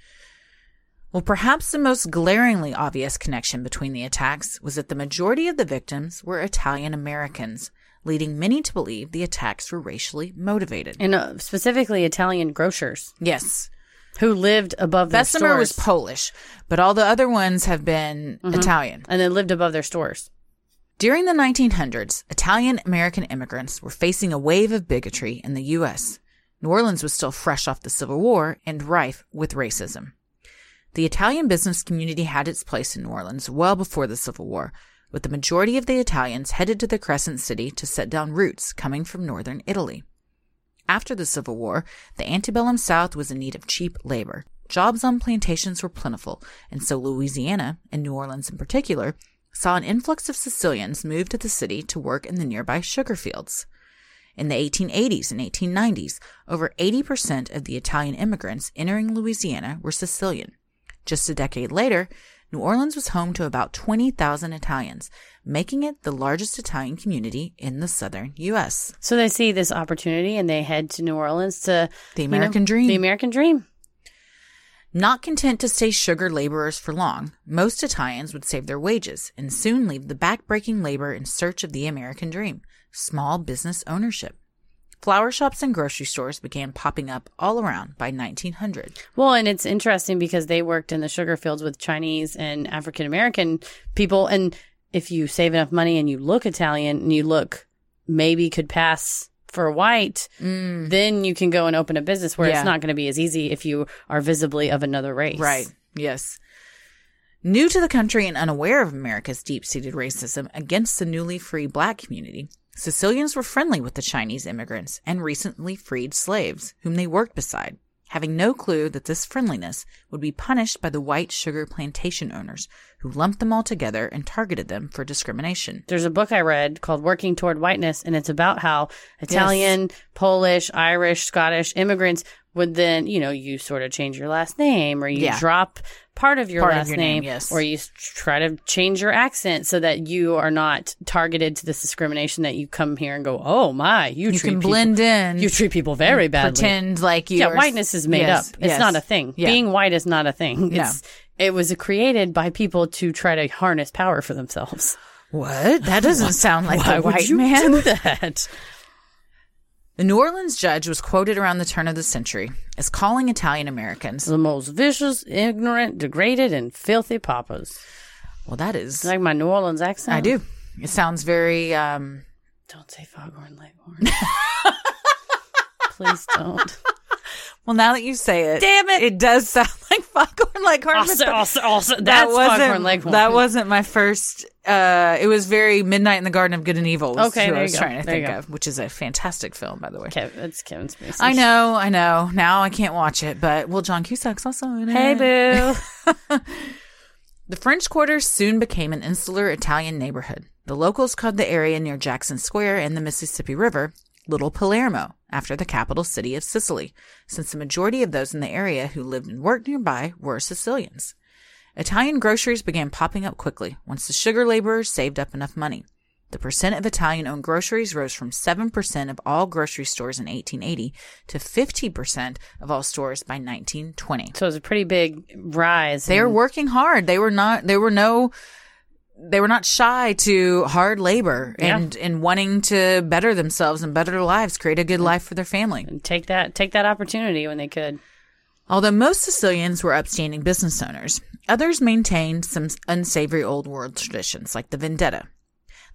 C: Well, perhaps the most glaringly obvious connection between the attacks was that the majority of the victims were Italian Americans, leading many to believe the attacks were racially motivated.
A: And uh, specifically Italian grocers.
C: yes.
A: who lived above their
C: Bessemer
A: stores
C: was Polish, but all the other ones have been Italian.
A: and then lived above their stores.
C: During the 1900s, Italian American immigrants were facing a wave of bigotry in the U.S. New Orleans was still fresh off the Civil War and rife with racism. The Italian business community had its place in New Orleans well before the Civil War, with the majority of the Italians headed to the Crescent City to set down roots coming from northern Italy. After the Civil War, the antebellum South was in need of cheap labor. Jobs on plantations were plentiful, and so Louisiana, and New Orleans in particular, saw an influx of Sicilians move to the city to work in the nearby sugar fields. In the 1880s and 1890s, over 80% of the Italian immigrants entering Louisiana were Sicilian. Just a decade later, New Orleans was home to about 20,000 Italians, making it the largest Italian community in the southern U.S.
A: So they see this opportunity and they head to New Orleans to
C: The
A: you know,
C: American dream.
A: The American dream.
C: Not content to stay sugar laborers for long, most Italians would save their wages and soon leave the backbreaking labor in search of the American dream small business ownership. Flower shops and grocery stores began popping up all around by 1900.
A: Well, and it's interesting because they worked in the sugar fields with Chinese and African American people. And if you save enough money and you look Italian and you look maybe could pass for white, then you can go and open a business where
C: Mm. Yeah.
A: it's not going to be as easy if you are visibly of another race.
C: Right. Yes. New to the country and unaware of America's deep seated racism against the newly free black community, Sicilians were friendly with the Chinese immigrants and recently freed slaves whom they worked beside, having no clue that this friendliness would be punished by the white sugar plantation owners who lumped them all together and targeted them for discrimination.
A: there's a book I read called Working Toward Whiteness, and it's about how Italian, Polish, Irish, Scottish immigrants would then, you know, you sort of change your last name or you
C: Yeah.
A: drop part of your
C: Part of
A: last
C: your name,
A: name,
C: yes.
A: or you s- try to change your accent so that you are not targeted to this discrimination that you come here and go, oh my, you,
C: You
A: treat
C: can
A: people-
C: blend in.
A: You treat people very badly.
C: pretend like you.
A: yeah,
C: are-
A: whiteness is made
C: Yes,
A: up. It's
C: yes.
A: not a thing.
C: Yeah.
A: Being white is not a thing.
C: No.
A: It's, it was created by people to try to harness power for themselves.
C: what? That doesn't sound like the white man.
A: do that?
C: The New Orleans judge was quoted around the turn of the century as calling Italian Americans.
A: the most vicious, ignorant, degraded, and filthy papas.
C: Well, that is.
A: It's like my New Orleans accent.
C: I do. It sounds very. Um,
A: Don't say foghorn leghorn. Please don't.
C: well, now that you say it,
A: Damn it!
C: it does sound like foghorn leghorn. but
A: Also,
C: th-
A: also, also,
C: that
A: that's foghorn
C: wasn't.
A: leghorn.
C: That wasn't my first. Uh, it was very Midnight in the Garden of Good and Evil. Was
A: Okay,
C: who
A: there
C: I
A: you
C: was
A: go.
C: trying to
A: There you
C: think
A: go.
C: of, which is a fantastic film, by the way.
A: Kev, it's Kevin Spacey.
C: I know, I know. Now I can't watch it, but well, John Cusack's also in it.
A: Hey, boo.
C: The French Quarter soon became an insular Italian neighborhood. The locals called the area near Jackson Square and the Mississippi River Little Palermo, after the capital city of Sicily, since the majority of those in the area who lived and worked nearby were Sicilians. Italian groceries began popping up quickly once the sugar laborers saved up enough money. The percent of Italian owned groceries rose from 7% of all grocery stores in 1880 to 50% of all stores by 1920.
A: So it was a pretty big rise.
C: They were
A: in-
C: working hard. They were not, they were no, they were not shy to hard labor
A: Yeah.
C: and, and wanting to better themselves and better their lives, create a good
A: Mm.
C: life for their family.
A: take that take that opportunity when they could.
C: Although most Sicilians were upstanding business owners, others maintained some unsavory old world traditions like the vendetta.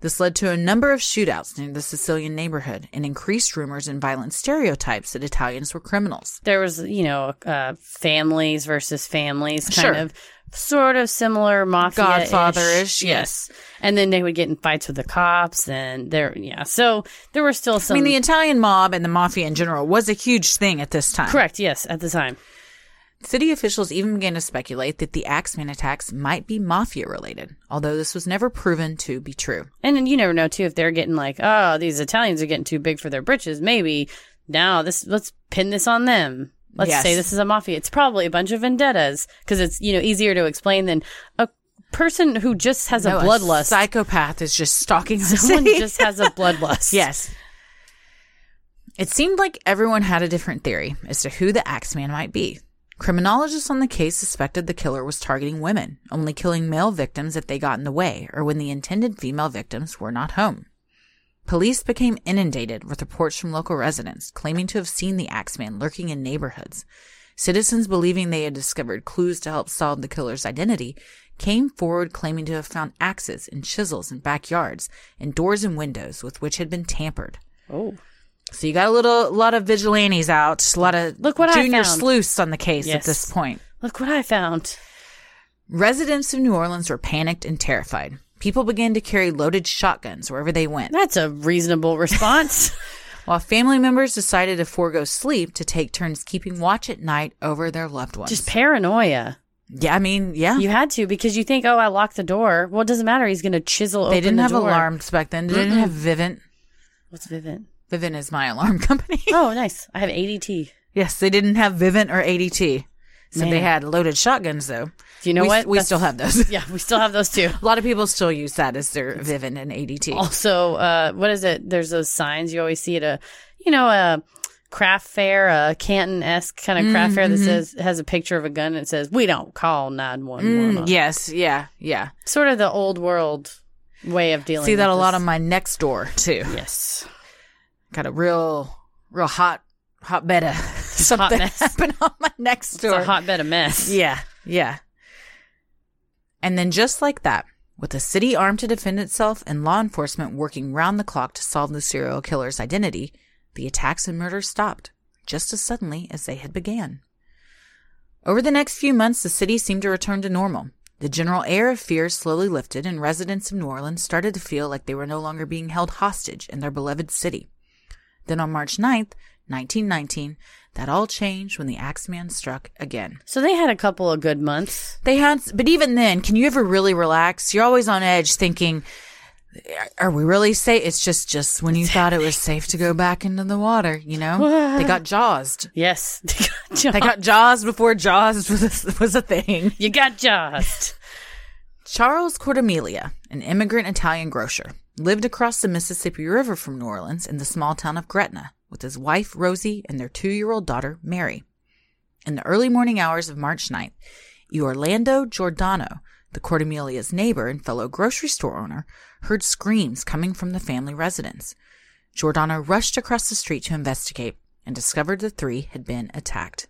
C: This led to a number of shootouts near the Sicilian neighborhood and increased rumors and violent stereotypes that Italians were criminals.
A: There was, you know, uh, families versus families, kind
C: Sure.
A: of, sort of similar mafia,
C: Godfather-ish,
A: yes. And then they would get in fights with the cops, and there, yeah. So there were still some.
C: I mean, the Italian mob and the mafia in general was a huge thing at this time.
A: correct, yes, at the time.
C: City officials even began to speculate that the Axeman attacks might be mafia related, although this was never proven to be true.
A: And then you never know too if they're getting like, oh, these Italians are getting too big for their britches. Maybe now this let's pin this on them. Let's
C: Yes.
A: say this is a mafia. It's probably a bunch of vendettas because it's you know easier to explain than a person who just has
C: No,
A: a bloodlust.
C: psychopath is just stalking our
A: Someone
C: city.
A: just has a bloodlust.
C: Yes. It seemed like everyone had a different theory as to who the Axeman might be. Criminologists on the case suspected the killer was targeting women, only killing male victims if they got in the way or when the intended female victims were not home. Police became inundated with reports from local residents claiming to have seen the Axeman lurking in neighborhoods. Citizens believing they had discovered clues to help solve the killer's identity came forward claiming to have found axes and chisels in backyards and doors and windows with which had been tampered.
A: Oh,
C: So you got a little lot of vigilantes out, a lot of
A: Look what I
C: junior
A: found.
C: sleuths on the case
A: Yes.
C: at this point.
A: look what I found.
C: Residents of New Orleans were panicked and terrified. People began to carry loaded shotguns wherever they went.
A: That's a reasonable response.
C: While family members decided to forego sleep to take turns keeping watch at night over their loved ones.
A: just paranoia.
C: yeah, I mean, yeah.
A: You had to because you think, oh, I locked the door. Well, it doesn't matter. He's going to chisel.
C: they
A: open
C: didn't
A: the
C: have
A: door.
C: alarms back then. They didn't have Vivint.
A: What's Vivint?
C: Vivint is my alarm company.
A: Oh, nice. I have ADT.
C: yes, they didn't have Vivint or ADT. So they
A: Man.
C: had loaded shotguns though.
A: Do you know
C: we,
A: what?
C: We
A: That's-
C: still have those.
A: Yeah, we still have those too.
C: A lot of people still use that as their Vivint and ADT.
A: Also, uh, what is it? There's those signs you always see at a, you know, a craft fair, a Canton esque kind
C: Mm,
A: of craft
C: mm-hmm.
A: fair that says has a picture of a gun and it says, "We don't call nine one
C: Mm,
A: one."
C: yes, yeah, yeah.
A: Sort of the old world way of dealing.
C: See
A: with
C: that a lot
A: this.
C: on my next door too.
A: yes.
C: Got a real, real hot, hot bed of something
A: mess.
C: happened on my next
A: It's
C: door.
A: a hotbed of mess.
C: yeah, yeah. And then just like that, with the city armed to defend itself and law enforcement working round the clock to solve the serial killer's identity, the attacks and murders stopped just as suddenly as they had began. Over the next few months, the city seemed to return to normal. The general air of fear slowly lifted, and residents of New Orleans started to feel like they were no longer being held hostage in their beloved city. Then on March 9th, 1919, that all changed when the Axeman struck again.
A: So they had a couple of good months.
C: They had, but even then, can you ever really relax? You're always on edge thinking, are we really safe? It's just, just when you thought it was safe to go back into the water, you know? they got jawsed.
A: Yes, they got
C: They got jaws before jaws was a, was a thing.
A: you got just.
C: Charles Cordemelia, an immigrant Italian grocer, lived across the Mississippi River from New Orleans in the small town of Gretna with his wife Rosie and their two year old daughter Mary. In the early morning hours of March 9th, Orlando Giordano, the Cordemelia's neighbor and fellow grocery store owner, heard screams coming from the family residence. Giordano rushed across the street to investigate and discovered the three had been attacked.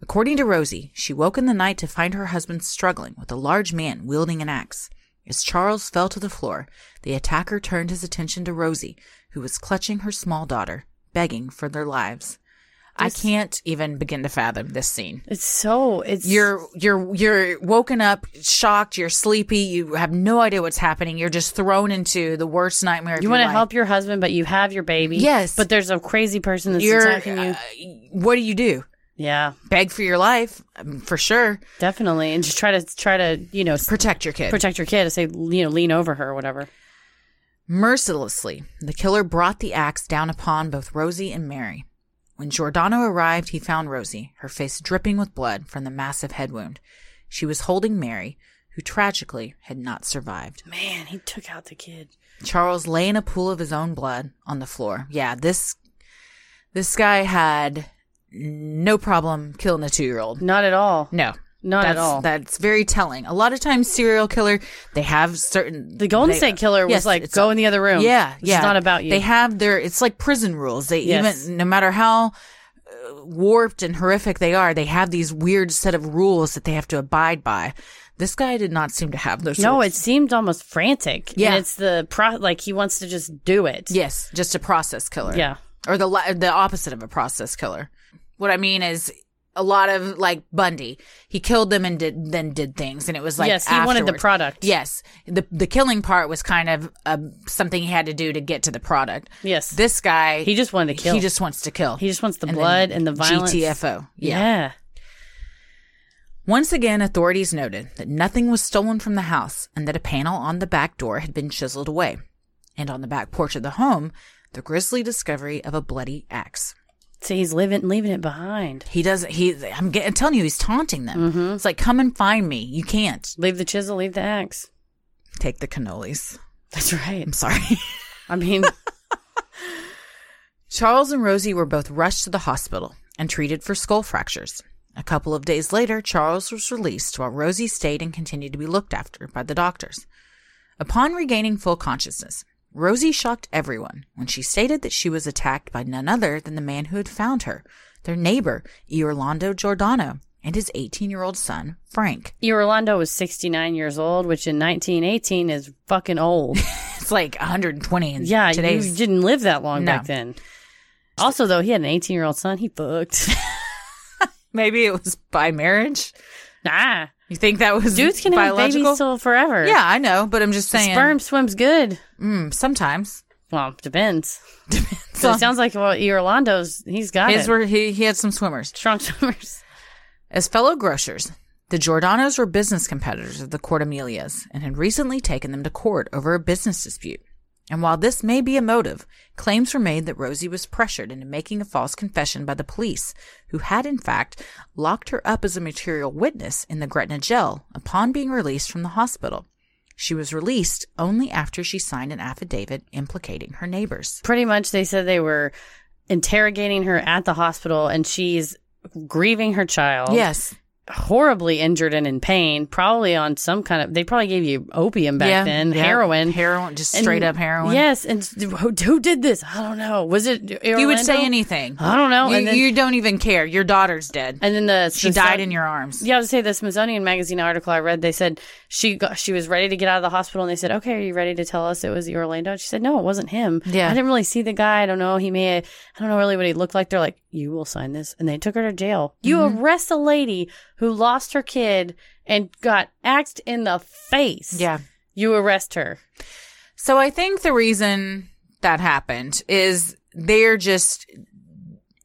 C: According to Rosie, she woke in the night to find her husband struggling with a large man wielding an axe. As Charles fell to the floor, the attacker turned his attention to Rosie, who was clutching her small daughter, begging for their lives. I
A: This-
C: can't even begin to fathom this scene.
A: It's so it's
C: You're you're you're woken up, shocked, you're sleepy, you have no idea what's happening. You're just thrown into the worst nightmare of
A: You
C: your
A: want to
C: life.
A: help your husband, but you have your baby.
C: Yes.
A: but there's a crazy person that's
C: You're
A: attacking you.
C: uh, what do you do?
A: Yeah,
C: Beg for your life, um, for sure.
A: definitely. And just try to try to you know s-
C: Protect your kid.
A: protect your kid. Say you know lean over her or whatever.
C: Mercilessly, the killer brought the axe down upon both Rosie and Mary. When Giordano arrived, he found Rosie, her face dripping with blood from the massive head wound. She was holding Mary, who tragically had not survived.
A: Man, he took out the kid.
C: Charles lay in a pool of his own blood on the floor. Yeah, this this guy had no problem killing a two year old.
A: Not at all.
C: No.
A: Not
C: that's,
A: at all.
C: That's very telling. A lot of times serial killer, they have certain
A: The Golden
C: they-
A: State Killer was
C: Yes,
A: like,
C: it's-
A: go in the other room.
C: Yeah,
A: This
C: yeah.
A: is not about you.
C: They have their it's like prison rules. They
A: Yes.
C: even no matter how uh, warped and horrific they are, they have these weird set of rules that they have to abide by. This guy did not seem to have those.
A: no,
C: rules.
A: it seemed almost frantic.
C: Yeah.
A: And it's the pro, like he wants to just do it.
C: Yes, just a process killer.
A: Yeah.
C: Or the la- the opposite of a process killer. What I mean is a lot of like Bundy, he killed them and did then did things and it was like
A: yes, he wanted the
C: afterwards.
A: product.
C: Yes, the the killing part was kind of uh, something he had to do to get to the product.
A: Yes.
C: This guy
A: he just wanted to kill.
C: he just wants to kill.
A: he just wants the
C: And then
A: blood and the violence.
C: GTFO.
A: Yeah.
C: Yeah. Once again, authorities noted that nothing was stolen from the house and that a panel on the back door had been chiseled away. And on the back porch of the home, the grisly discovery of a bloody axe.
A: So he's living, leaving it behind.
C: He doesn't. He. I'm, get, I'm telling you, he's taunting them. It's like, come and find me. You can't
A: Leave the chisel, leave the axe.
C: take the cannolis.
A: That's right.
C: I'm sorry.
A: I mean,
C: Charles and Rosie were both rushed to the hospital and treated for skull fractures. A couple of days later, Charles was released while Rosie stayed and continued to be looked after by the doctors. Upon regaining full consciousness, Rosie shocked everyone when she stated that she was attacked by none other than the man who had found her, their neighbor, Iorlando Giordano, and his 18 year old son, Frank.
A: Orlando E. was 69 years old, which in 1918 is fucking old.
C: It's like 120 in
A: Yeah, you
C: today's.
A: didn't live that long
C: No.
A: back then. Also, though, he had an 18 year old son. He fucked.
C: Maybe it was by marriage.
A: nah.
C: You think that was
A: Dudes can have
C: biological?
A: babies still forever.
C: Yeah, I know, but I'm just
A: The
C: saying.
A: sperm swims good.
C: Mm, sometimes.
A: Well, depends. So
C: So
A: it sounds like well, E. Orlando's he's got
C: his
A: it.
C: were he, he had some swimmers.
A: strong swimmers.
C: As fellow grocers, the Giordanos were business competitors of the Court Amelias and had recently taken them to court over a business dispute. And while this may be a motive, claims were made that Rosie was pressured into making a false confession by the police, who had in fact locked her up as a material witness in the Gretna jail upon being released from the hospital. She was released only after she signed an affidavit implicating her neighbors.
A: Pretty much, they said they were interrogating her at the hospital, and she's grieving her child.
C: Yes.
A: horribly injured and in pain. Probably on some kind of. They probably gave you opium back then,
C: yeah.
A: heroin,
C: heroin, just
A: And-
C: straight up heroin.
A: Yes, and who, who did this? I don't know. Was it Orlando? uh,
C: you would say anything.
A: I don't know.
C: You,
A: and then,
C: you don't even care. Your daughter's dead.
A: and then the
C: she
A: the
C: died
A: son-
C: in your arms.
A: Yeah, I was gonna say the Smithsonian magazine article I read. They said she got, she was ready to get out of the hospital, and they said, "Okay, are you ready to tell us it was Orlando?" And she said, "No, it wasn't him.
C: Yeah.
A: I didn't really see the guy. I don't know. He may. I don't know really what he looked like." They're like, "You will sign this," and they took her to jail. You
C: Mm-hmm.
A: arrest a lady who lost her kid and got axed in the face.
C: Yeah.
A: you arrest her.
C: So I think the reason that happened is they're just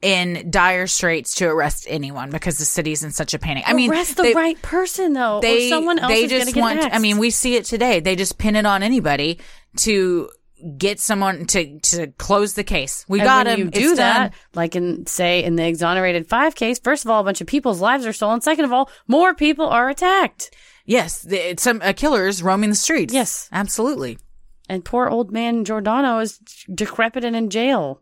C: in dire straits to arrest anyone because the city's in such a panic. I mean,
A: arrest the
C: they,
A: right person though,
C: they
A: or someone else
C: they
A: is
C: just
A: gonna
C: want.
A: get axed.
C: I mean, we see it today. They just pin it on anybody to get someone to to close the case. We
A: And
C: got
A: when
C: him.
A: You
C: It's
A: do that,
C: done.
A: like in say in the exonerated five case. First of all, a bunch of people's lives are stolen. Second of all, more people are attacked.
C: Yes, the- it's some a killer is roaming the streets.
A: Yes.
C: absolutely.
A: And poor old man Giordano is decrepit and in jail.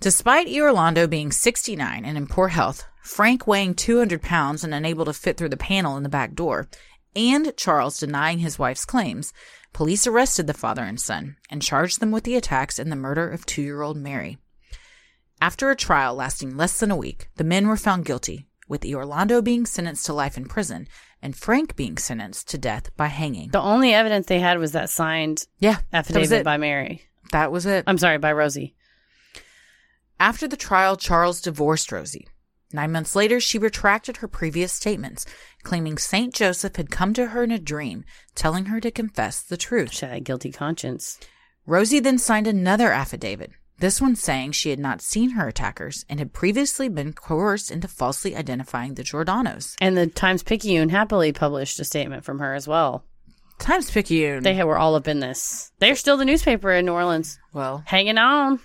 C: Despite Iorlando being 69 and in poor health, Frank weighing 200 pounds and unable to fit through the panel in the back door, and Charles denying his wife's claims, police arrested the father and son and charged them with the attacks and the murder of two year old Mary. After a trial lasting less than a week, the men were found guilty, with Iorlando being sentenced to life in prison and Frank being sentenced to death by hanging.
A: The only evidence they had was that signed
C: Yeah,
A: affidavit
C: that was it.
A: by Mary.
C: that was it.
A: I'm sorry, by Rosie.
C: After the trial, Charles divorced Rosie. Nine months later, she retracted her previous statements, claiming St. Joseph had come to her in a dream, telling her to confess the truth.
A: She had a guilty conscience.
C: Rosie then signed another affidavit, this one saying she had not seen her attackers and had previously been coerced into falsely identifying the Giordanos.
A: And the Times Picayune happily published a statement from her as well.
C: Times Picayune.
A: They were all up in this. They're still the newspaper in New Orleans,
C: well,
A: hanging on.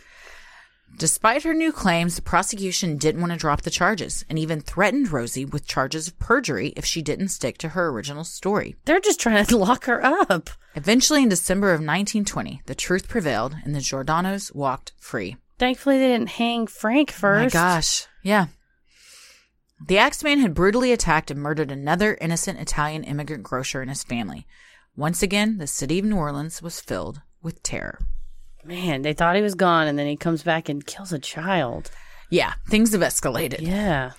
C: despite her new claims, the prosecution didn't want to drop the charges and even threatened Rosie with charges of perjury if she didn't stick to her original story.
A: They're just trying to lock her up.
C: Eventually, in December of 1920, the truth prevailed and the Giordanos walked free.
A: Thankfully, they didn't hang Frank first.
C: My gosh. Yeah. The Axeman had brutally attacked and murdered another innocent Italian immigrant grocer and his family. Once again, the city of New Orleans was filled with terror.
A: Man, they thought he was gone, and then he comes back and kills a child.
C: Yeah, things have escalated.
A: Yeah.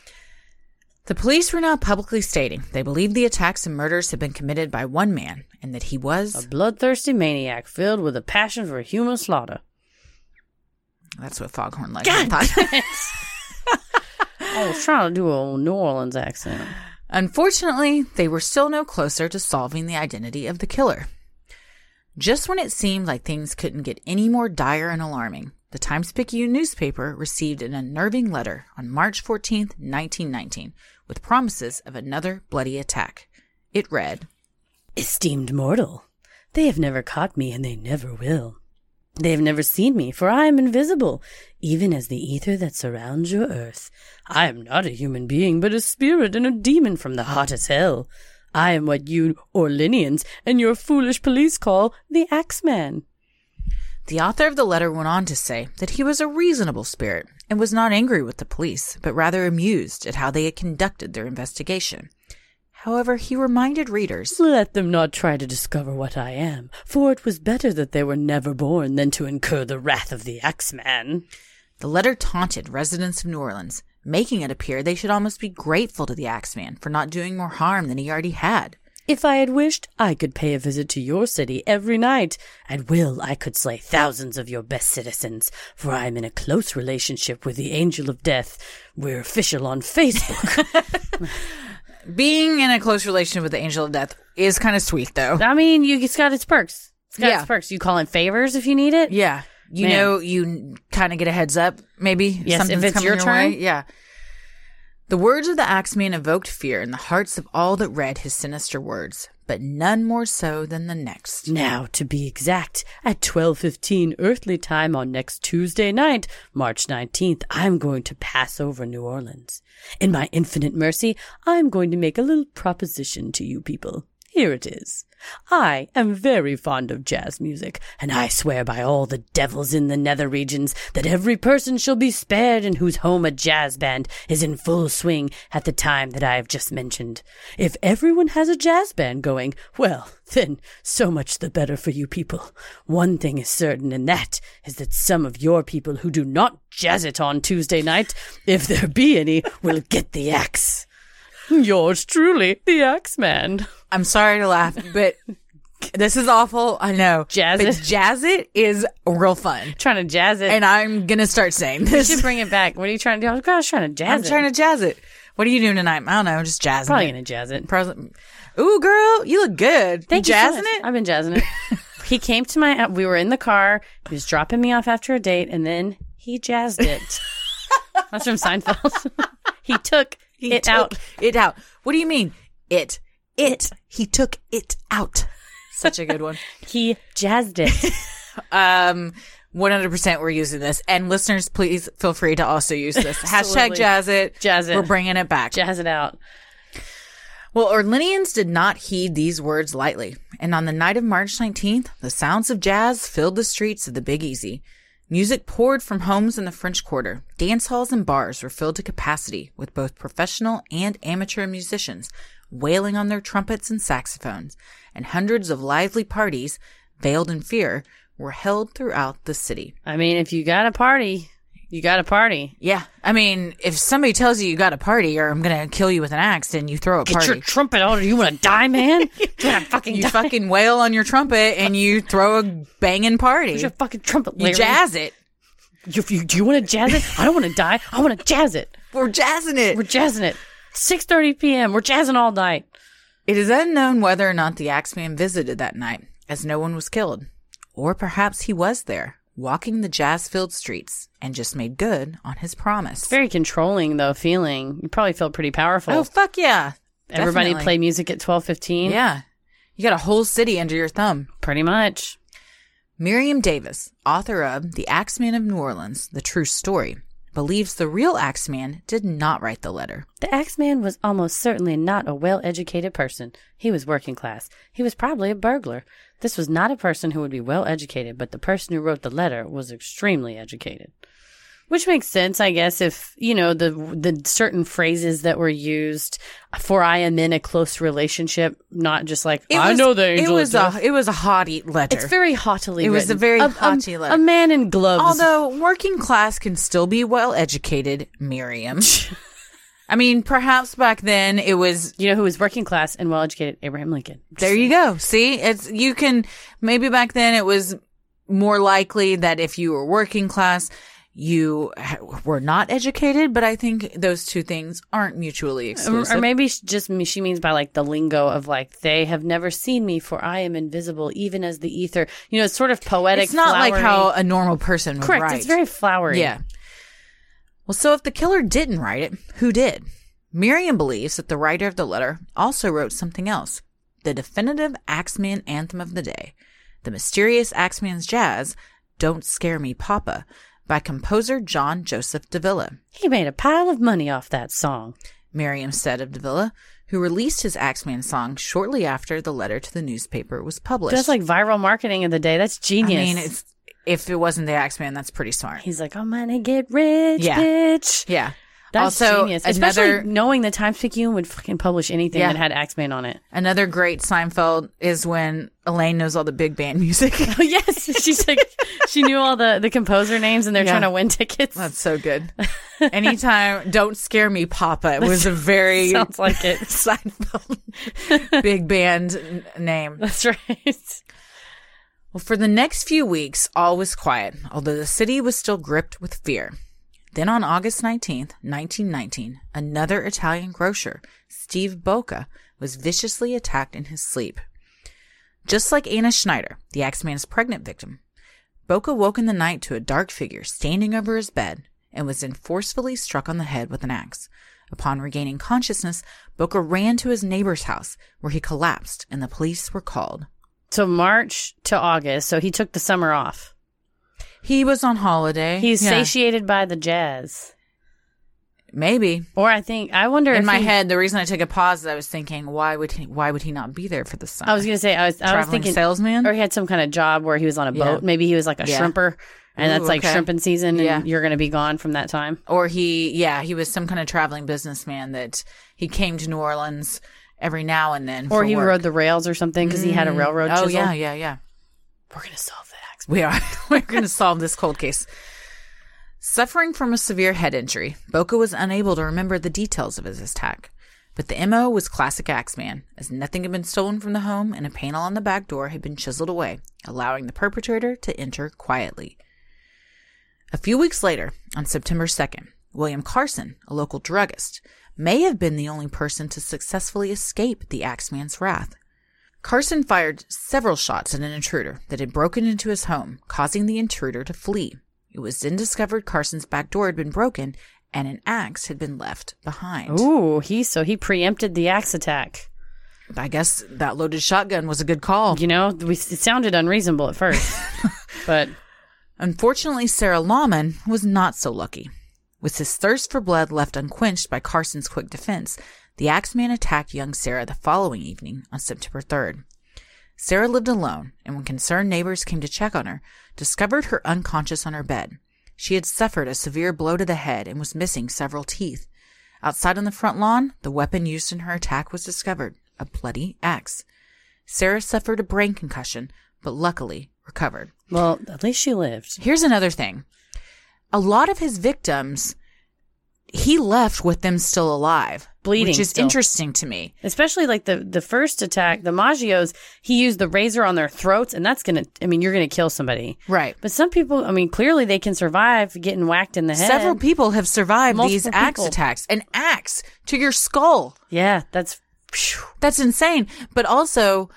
C: The police were now publicly stating they believed the attacks and murders had been committed by one man and that he
A: A
C: was.
A: bloodthirsty maniac filled with a passion for human slaughter.
C: That's what Foghorn Leghorn thought.
A: I was trying to do a New Orleans accent.
C: Unfortunately, they were still no closer to solving the identity of the killer. Just when it seemed like things couldn't get any more dire and alarming, the Times Picayune newspaper received an unnerving letter on March 14th, 1919, with promises of another bloody attack. It read,
A: Esteemed mortal, they have never caught me and they never will. They have never seen me, for I am invisible, even as the ether that surrounds your earth. I am not a human being, but a spirit and a demon from the hot as hell. I am what you Orlinians and your foolish police call the Axeman.
C: The author of the letter went on to say that he was a reasonable spirit and was not angry with the police, but rather amused at how they had conducted their investigation. However, he reminded readers
A: Let them not try to discover what I am, for it was better that they were never born than to incur the wrath of the Axeman.
C: the letter taunted residents of New Orleans, making it appear they should almost be grateful to the Axeman for not doing more harm than he already had.
A: If I had wished, I could pay a visit to your city every night. At will, I could slay thousands of your best citizens, for I am in a close relationship with the Angel of Death. We're official on Facebook.
C: Being in a close relation with the Angel of Death is kind of sweet, though.
A: I mean, you, it's got its perks. It's got
C: Yeah.
A: its perks. You call in favors if you need it.
C: Yeah. You
A: Man.
C: know, you kind of get a heads up, maybe.
A: Yes,
C: something's
A: if it's
C: coming
A: your
C: way.
A: turn.
C: Yeah. The words of the axeman evoked fear in the hearts of all that read his sinister words, but none more so than the next.
A: Now, to be exact, at 12:15 earthly time on next Tuesday night, March 19th, I'm going to pass over New Orleans. In my infinite mercy, I'm going to make a little proposition to you people. Here it is. I am very fond of jazz music, and I swear by all the devils in the nether regions that every person shall be spared in whose home a jazz band is in full swing at the time that I have just mentioned. If everyone has a jazz band going, well, then so much the better for you people. One thing is certain, and that is that some of your people who do not jazz it on Tuesday night, if there be any, will get the axe. Yours truly, the Axeman.
C: I'm sorry to laugh, but this is awful. I know.
A: Jazz
C: but
A: it.
C: Jazz it is real fun.
A: Trying to jazz it.
C: And I'm going to start saying
A: You
C: this.
A: should bring it back. What are you trying to do? I was, I was trying to jazz
C: I'm
A: it.
C: trying to jazz it. What are you doing tonight? I don't know. Just jazzing
A: Probably
C: it.
A: gonna jazz it.
C: Present. Ooh, girl, you look good.
A: Thank
C: you
A: you so
C: jazzing
A: much.
C: it?
A: I've been jazzing it. he came to my. We were in the car. He was dropping me off after a date, and then he jazzed it. That's from Seinfeld. he took
C: He
A: it
C: took
A: out.
C: It out. What do you mean? It. It. He took it out. Such a good one.
A: He jazzed it.
C: Um, 100% we're using this. And listeners, please feel free to also use this. Hashtag
A: Absolutely.
C: jazz it.
A: Jazz it.
C: We're bringing it back.
A: jazz it out.
C: Well, Orleanians did not heed these words lightly. And on the night of March 19th, the sounds of jazz filled the streets of the Big Easy. Music poured from homes in the French Quarter. Dance halls and bars were filled to capacity with both professional and amateur musicians wailing on their trumpets and saxophones. And hundreds of lively parties, veiled in fear, were held throughout the city.
A: I mean, if you got a party, you got a party.
C: Yeah. I mean, if somebody tells you you got a party or I'm going to kill you with an axe, then you throw a
A: Get
C: party.
A: your trumpet out. or You want to die, man? you want to fucking
C: you
A: die?
C: fucking wail on your trumpet and you throw a banging party.
A: Where's your fucking trumpet,
C: You
A: Larry?
C: jazz it.
A: You, you, do you want to jazz it? I don't want to die. I want to jazz it.
C: We're jazzing
A: We're
C: it.
A: jazzing it. 6:30 p.m. We're jazzing all night.
C: It is unknown whether or not the Axeman visited that night, as no one was killed. Or perhaps he was there, walking the jazz filled streets, and just made good on his promise.
A: Very controlling though feeling. You probably felt pretty powerful.
C: Oh, fuck yeah.
A: Everybody
C: Definitely.
A: play music at 12:15.
C: Yeah. You got a whole city under your thumb.
A: Pretty much.
C: Miriam Davis, author of The Axeman of New Orleans, The True Story, believes the real Axeman did not write the letter.
A: The Axeman was almost certainly not a well educated person. He was working class. He was probably a burglar. This was not a person who would be well educated, but the person who wrote the letter was extremely educated. Which makes sense, I guess, if, you know, the, the certain phrases that were used for I am in a close relationship, not just like,
C: It
A: I
C: was-
A: know the angel.
C: It
A: of
C: was
A: death."
C: a it was a haughty letter.
A: It's very haughtily
C: It was
A: written.
C: a very haughty
A: a,
C: letter.
A: a man in gloves.
C: Although working class can still be well educated, Miriam. I mean, perhaps back then it was.
A: you know who was working class and well educated? Abraham Lincoln.
C: There you go. See, it's you can maybe back then it was more likely that if you were working class, you ha- were not educated. But I think those two things aren't mutually
A: Or,
C: exclusive.
A: or maybe she just me- she means by like the lingo of like they have never seen me for I am invisible even as the ether. You know, it's sort of poetic.
C: it's not like
A: flowery-
C: how a normal person would
A: correct.
C: write.
A: It's very flowery.
C: Yeah. Well, so if the killer didn't write it, who did? Miriam believes that the writer of the letter also wrote something else the definitive Axeman anthem of the day, the mysterious Axeman's jazz, Don't Scare Me, Papa, by composer John Joseph Davila.
A: he made a pile of money off that song.
C: Miriam said of Davila, who released his Axeman song shortly after the letter to the newspaper was published.
A: That's like viral marketing of the day. That's genius.
C: I mean, it's, if it wasn't the Axeman, that's pretty smart.
A: He's like, I'm gonna get rich,
C: Yeah.
A: bitch.
C: Yeah.
A: That's
C: also,
A: genius.
C: another-
A: Especially knowing that Times Picayune would fucking publish anything
C: Yeah.
A: that had Axeman on it.
C: Another great Seinfeld is when Elaine knows all the big band music.
A: Oh, yes, she's like she knew all the the composer names, and they're
C: Yeah.
A: trying to win tickets.
C: That's so good. Anytime, don't scare me, Papa. It was a very
A: Sounds like it.
C: Seinfeld big band n- name.
A: That's right.
C: Well, for the next few weeks, all was quiet, although the city was still gripped with fear. Then on August 19th, 1919, another Italian grocer, Steve Boca, was viciously attacked in his sleep. Just like Anna Schneider, the Axeman's pregnant victim, Boca woke in the night to a dark figure standing over his bed and was then forcefully struck on the head with an axe. Upon regaining consciousness, Boca ran to his neighbor's house where he collapsed and the police were called.
A: So March to August. So he took the summer off.
C: He was on holiday.
A: He's
C: Yeah.
A: satiated by the jazz.
C: Maybe.
A: Or I think I wonder
C: In
A: if
C: my
A: he-
C: head, the reason I took a pause is I was thinking, why would he, why would he not be there for the summer?
A: I was gonna say I was I was
C: Traveling
A: thinking
C: salesman?
A: or he had some kind of job where he was on a
C: Yeah.
A: boat. Maybe he was like a
C: Yeah.
A: shrimper, and
C: Ooh,
A: that's like
C: okay.
A: shrimping season, and
C: Yeah.
A: you're gonna be gone from that time.
C: or he, yeah, he was some kind of traveling businessman that he came to New Orleans every now and then.
A: Or
C: for
A: he
C: work.
A: rode the rails or something because he had a railroad.
C: Oh
A: Chisel.
C: yeah, yeah, yeah.
A: we're gonna solve that. Axe.
C: We are. We're going to solve this cold case. Suffering from a severe head injury, Boca was unable to remember the details of his attack. But the MO was classic Axeman, as nothing had been stolen from the home and a panel on the back door had been chiseled away, allowing the perpetrator to enter quietly. A few weeks later, on September 2nd, William Carson, a local druggist, may have been the only person to successfully escape the Axeman's wrath. Carson fired several shots at an intruder that had broken into his home, causing the intruder to flee. It was then discovered Carson's back door had been broken and an axe had been left behind.
A: Ooh, he so he preempted the axe attack.
C: I guess that loaded shotgun was a good call.
A: You know, we, it sounded unreasonable at first, but
C: Unfortunately, Sarah Lawman was not so lucky. With his thirst for blood left unquenched by Carson's quick defense, the Axeman attacked young Sarah the following evening on September 3rd. Sarah lived alone, and when concerned neighbors came to check on her, discovered her unconscious on her bed. She had suffered a severe blow to the head and was missing several teeth. Outside on the front lawn, the weapon used in her attack was discovered, a bloody axe. Sarah suffered a brain concussion, but luckily recovered.
A: well, at least she lived.
C: Here's another thing. A lot of his victims, he left with them still alive.
A: Bleeding
C: Which is
A: still.
C: interesting to me.
A: Especially like the the first attack, the Magios, he used the razor on their throats, and that's gonna. I mean, you're gonna kill somebody.
C: Right.
A: But some people, I mean, clearly they can survive getting whacked in the head.
C: Several people have survived
A: Multiple
C: these axe
A: people.
C: attacks. An axe to your skull.
A: Yeah, that's
C: That's insane. But also,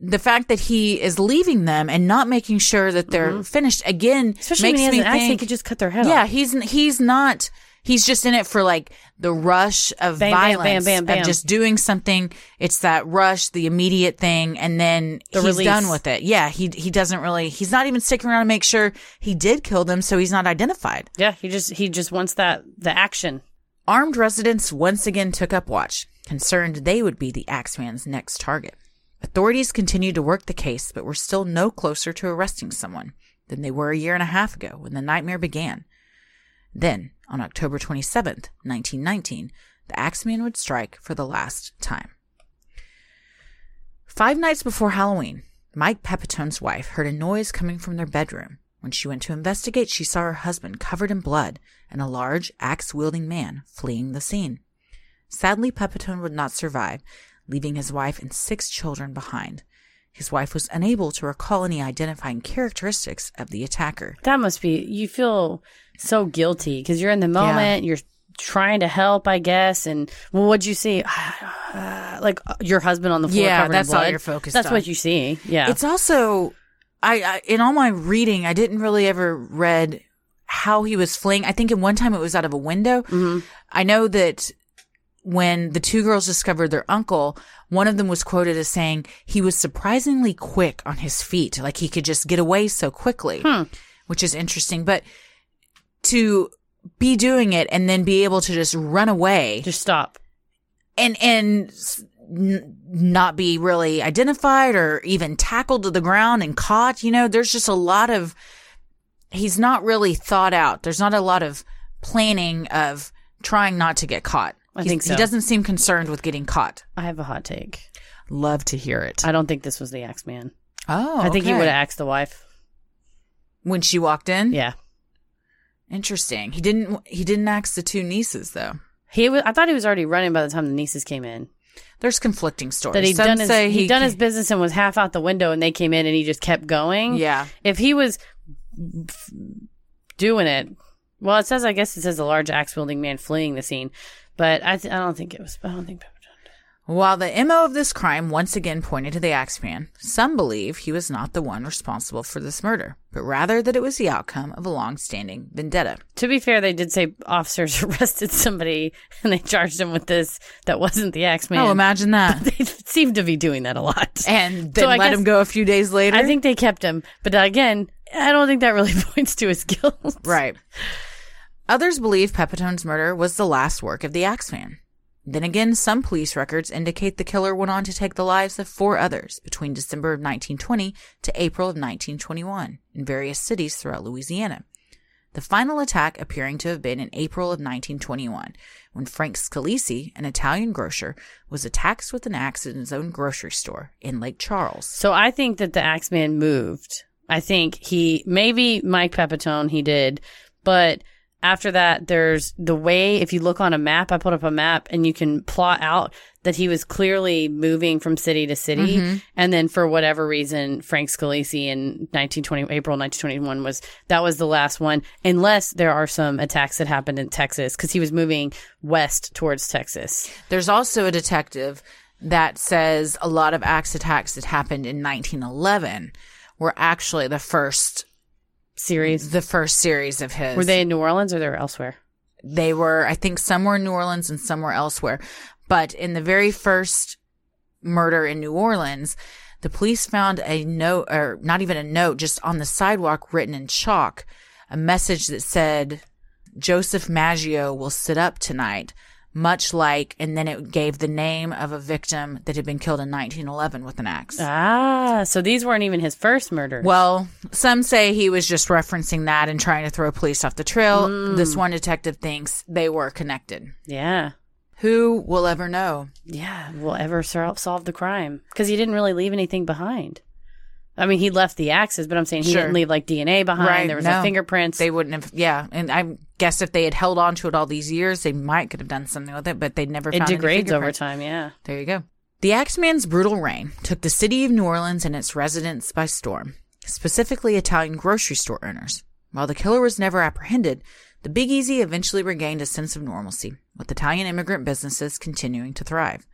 C: the fact that he is leaving them and not making sure that they're finished again
A: Mm-hmm. especially when
C: makes
A: he has
C: me
A: an axe, he
C: think.
A: could just cut their head
C: yeah,
A: off.
C: he's he's not He's just in it for like the rush of
A: Bam, bam,
C: violence,
A: bam, bam, bam.
C: of just doing something. It's that rush, the immediate thing, and then
A: The
C: he's
A: release.
C: done with it. Yeah, he he doesn't really. He's not even sticking around to make sure he did kill them, so he's not identified.
A: Yeah, he just he just wants that the action.
C: Armed residents once again took up watch, concerned they would be the Axeman's next target. Authorities continued to work the case, but were still no closer to arresting someone than they were a year and a half ago when the nightmare began. Then, on October 27th, 1919, the Axeman would strike for the last time. Five nights before Halloween, Mike Pepitone's wife heard a noise coming from their bedroom. When she went to investigate, she saw her husband covered in blood and a large, axe wielding man fleeing the scene. Sadly, Pepitone would not survive, leaving his wife and six children behind. His wife was unable to recall any identifying characteristics of the attacker.
A: That must be you feel so guilty because you're in the moment. You're trying to help, I guess. And well, what'd you see? like uh, your husband on the floor.
C: Yeah,
A: covered
C: that's
A: in
C: all
A: blood.
C: you're focused
A: That's
C: on.
A: what you see. Yeah,
C: It's also, I, I in all my reading, I didn't really ever read how he was fleeing. I think in one time it was out of a window. I know that when the two girls discovered their uncle, one of them was quoted as saying he was surprisingly quick on his feet, like he could just get away so quickly, which is interesting. But to be doing it and then be able to just run away
A: just stop.
C: and and s- n- not be really identified or even tackled to the ground and caught you know there's just a lot of he's not really thought out there's not a lot of planning of trying not to get caught
A: I
C: He's-
A: think so.
C: he doesn't seem concerned with getting caught
A: I have a hot take.
C: love to hear it
A: I don't think this was the axe man.
C: oh
A: I think he
C: okay. Mm-hmm.
A: would have axed the wife.
C: when she walked in
A: Yeah,
C: interesting he didn't he didn't axe the two nieces though
A: he was. I thought he was already running by the time the nieces came in.
C: there's conflicting stories
A: That he'd
C: Some
A: done his
C: say
A: he
C: he
A: done his business and was half out the window, and they came in and he just kept going.
C: yeah
A: if he was doing it, well, it says I guess it says a large axe wielding man fleeing the scene, but I th- I don't think it was. I don't think Pepper John.
C: While the MO of this crime once again pointed to the Axeman, some believe he was not the one responsible for this murder, but rather that it was the outcome of a long standing vendetta.
A: To be fair, they did say officers arrested somebody and they charged him with this that wasn't the axe man.
C: Oh, imagine that.
A: they seem to be doing that a lot.
C: and then
A: So I
C: let
A: guess-
C: him go a few days later.
A: I think they kept him, but again, I don't think that really points to his guilt.
C: Right. Others believe Pepitone's murder was the last work of the Axeman. Then again, some police records indicate the killer went on to take the lives of four others between December of 1920 to April of 1921 in various cities throughout Louisiana. The final attack appearing to have been in April of 1921 when Frank Scalisi, an Italian grocer, was attacked with an axe in his own grocery store in Lake Charles.
A: So I think that the Axeman moved. I think he maybe Mike Pepitone he did, but after that there's the way if you look on a map, I put up a map and you can plot out that he was clearly moving from city to city and then for whatever reason Frank Scalisi in 1920 April 1921 was that was the last one unless there are some attacks that happened in Texas cuz he was moving west towards Texas.
C: There's also a detective that says a lot of axe attacks that happened in 1911 were actually the first
A: Series
C: the first series of his.
A: were they in New Orleans or they were elsewhere?
C: They were, I think, somewhere in New Orleans and somewhere elsewhere. But in the very first murder in New Orleans, the police found a note, or not even a note, just on the sidewalk written in chalk, a message that said, Joseph Maggio will sit up tonight, much like, and then it gave the name of a victim that had been killed in 1911 with an axe.
A: Ah, so these weren't even his first murders.
C: Well, some say he was just referencing that and trying to throw police off the trail. This one detective thinks they were connected.
A: yeah,
C: Who will ever know?
A: yeah. Will ever sol- solve the crime because he didn't really leave anything behind. I mean, he left the axes, but I'm saying he
C: Sure.
A: didn't leave like DNA behind. There was no,
C: no.
A: fingerprints.
C: They wouldn't have. Yeah, and I guess if they had held on to it all these years, they might could have done something with it, but they never.
A: it
C: found any
A: degrades over
C: fingerprints.
A: time. Yeah.
C: There you go. The Axeman's brutal reign took the city of New Orleans and its residents by storm, specifically Italian grocery store owners. While the killer was never apprehended, the Big Easy eventually regained a sense of normalcy, with Italian immigrant businesses continuing to thrive.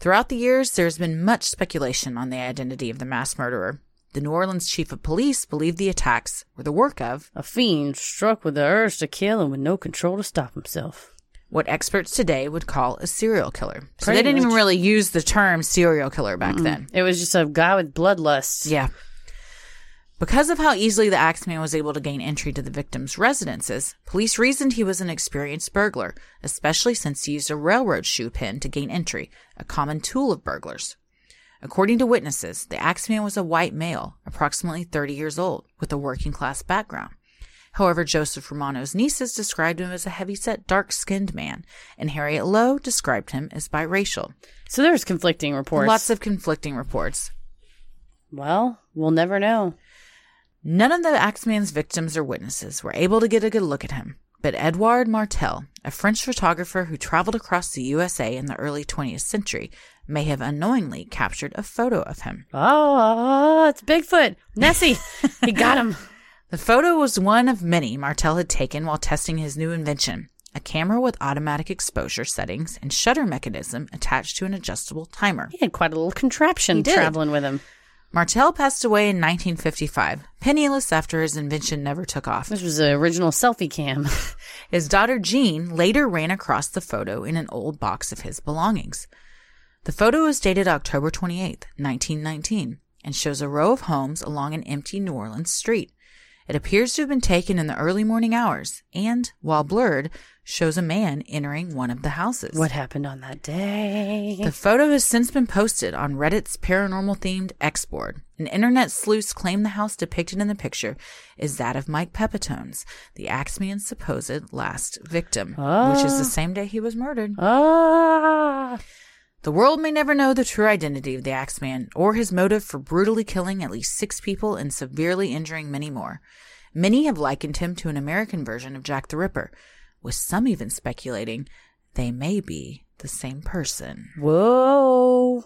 C: Throughout the years, there has been much speculation on the identity of the mass murderer. The The New Orleans chief of police believed the attacks were the work of
A: A fiend struck with the urge to kill and with no control to stop himself.
C: what experts today would call a serial killer. So
A: Pretty
C: they didn't even
A: much.
C: really use the term serial killer back then.
A: It was just a guy with bloodlust.
C: Yeah. Because of how easily the Axeman was able to gain entry to the victims' residences, police reasoned he was an experienced burglar, especially since he used a railroad shoe pin to gain entry, a common tool of burglars. According to witnesses, the Axeman was a white male, approximately 30 years old, with a working class background. However, Joseph Romano's nieces described him as a heavyset, dark skinned man, and Harriet Lowe described him as biracial.
A: So there's conflicting reports.
C: Lots of conflicting reports.
A: Well, we'll never know.
C: None of the Axeman's victims or witnesses were able to get a good look at him, but Edouard Martel, a French photographer who traveled across the USA in the early 20th century, may have unknowingly captured a photo of him.
A: Oh, it's Bigfoot. Nessie. he got him.
C: The photo was one of many Martel had taken while testing his new invention a camera with automatic exposure settings and shutter mechanism attached to an adjustable timer.
A: He had quite a little contraption
C: He did.
A: traveling with him.
C: Martel passed away in 1955, penniless after his invention never took off.
A: This was the original selfie cam.
C: His daughter Jean later ran across the photo in an old box of his belongings. The photo is dated October 28, 1919, and shows a row of homes along an empty New Orleans street. It appears to have been taken in the early morning hours and, while blurred, shows a man entering one of the houses.
A: what happened on that day?
C: The photo has since been posted on Reddit's paranormal themed X board. An internet sleuth claimed the house depicted in the picture is that of Mike Pepitones, the Axeman's supposed last victim, which is
A: Ah.
C: the same day he was murdered.
A: Ah.
C: The world may never know the true identity of the Axeman or his motive for brutally killing at least six people and severely injuring many more. Many have likened him to an American version of Jack the Ripper, with some even speculating they may be the same person.
A: Whoa.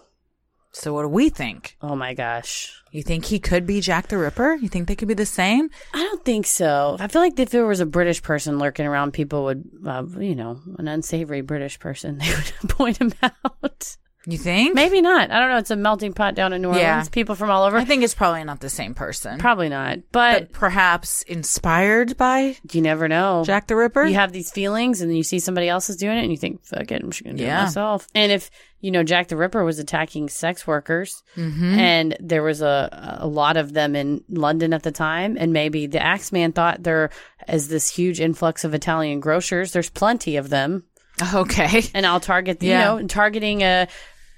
C: So, what do we think?
A: Oh my gosh.
C: You think he could be Jack the Ripper? You think they could be the same?
A: I don't think so. I feel like if there was a British person lurking around, people would, uh, you know, an unsavory British person, they would point him out.
C: You think?
A: Maybe not. I don't know. It's a melting pot down in New Orleans.
C: Yeah.
A: People from all over.
C: I think it's probably not the same person.
A: Probably not.
C: but
A: But,
C: perhaps inspired by
A: you never know.
C: Jack the Ripper?
A: you have these feelings and then you see somebody else is doing it and you think, fuck it, I'm just going to do
C: Yeah.
A: it myself. And if, you know, Jack the Ripper was attacking sex workers
C: Mm-hmm.
A: and there was a, a lot of them in London at the time, and maybe the Axeman thought there is this huge influx of Italian grocers. There's plenty of them.
C: Okay.
A: And I'll target,
C: Yeah.
A: you know, targeting a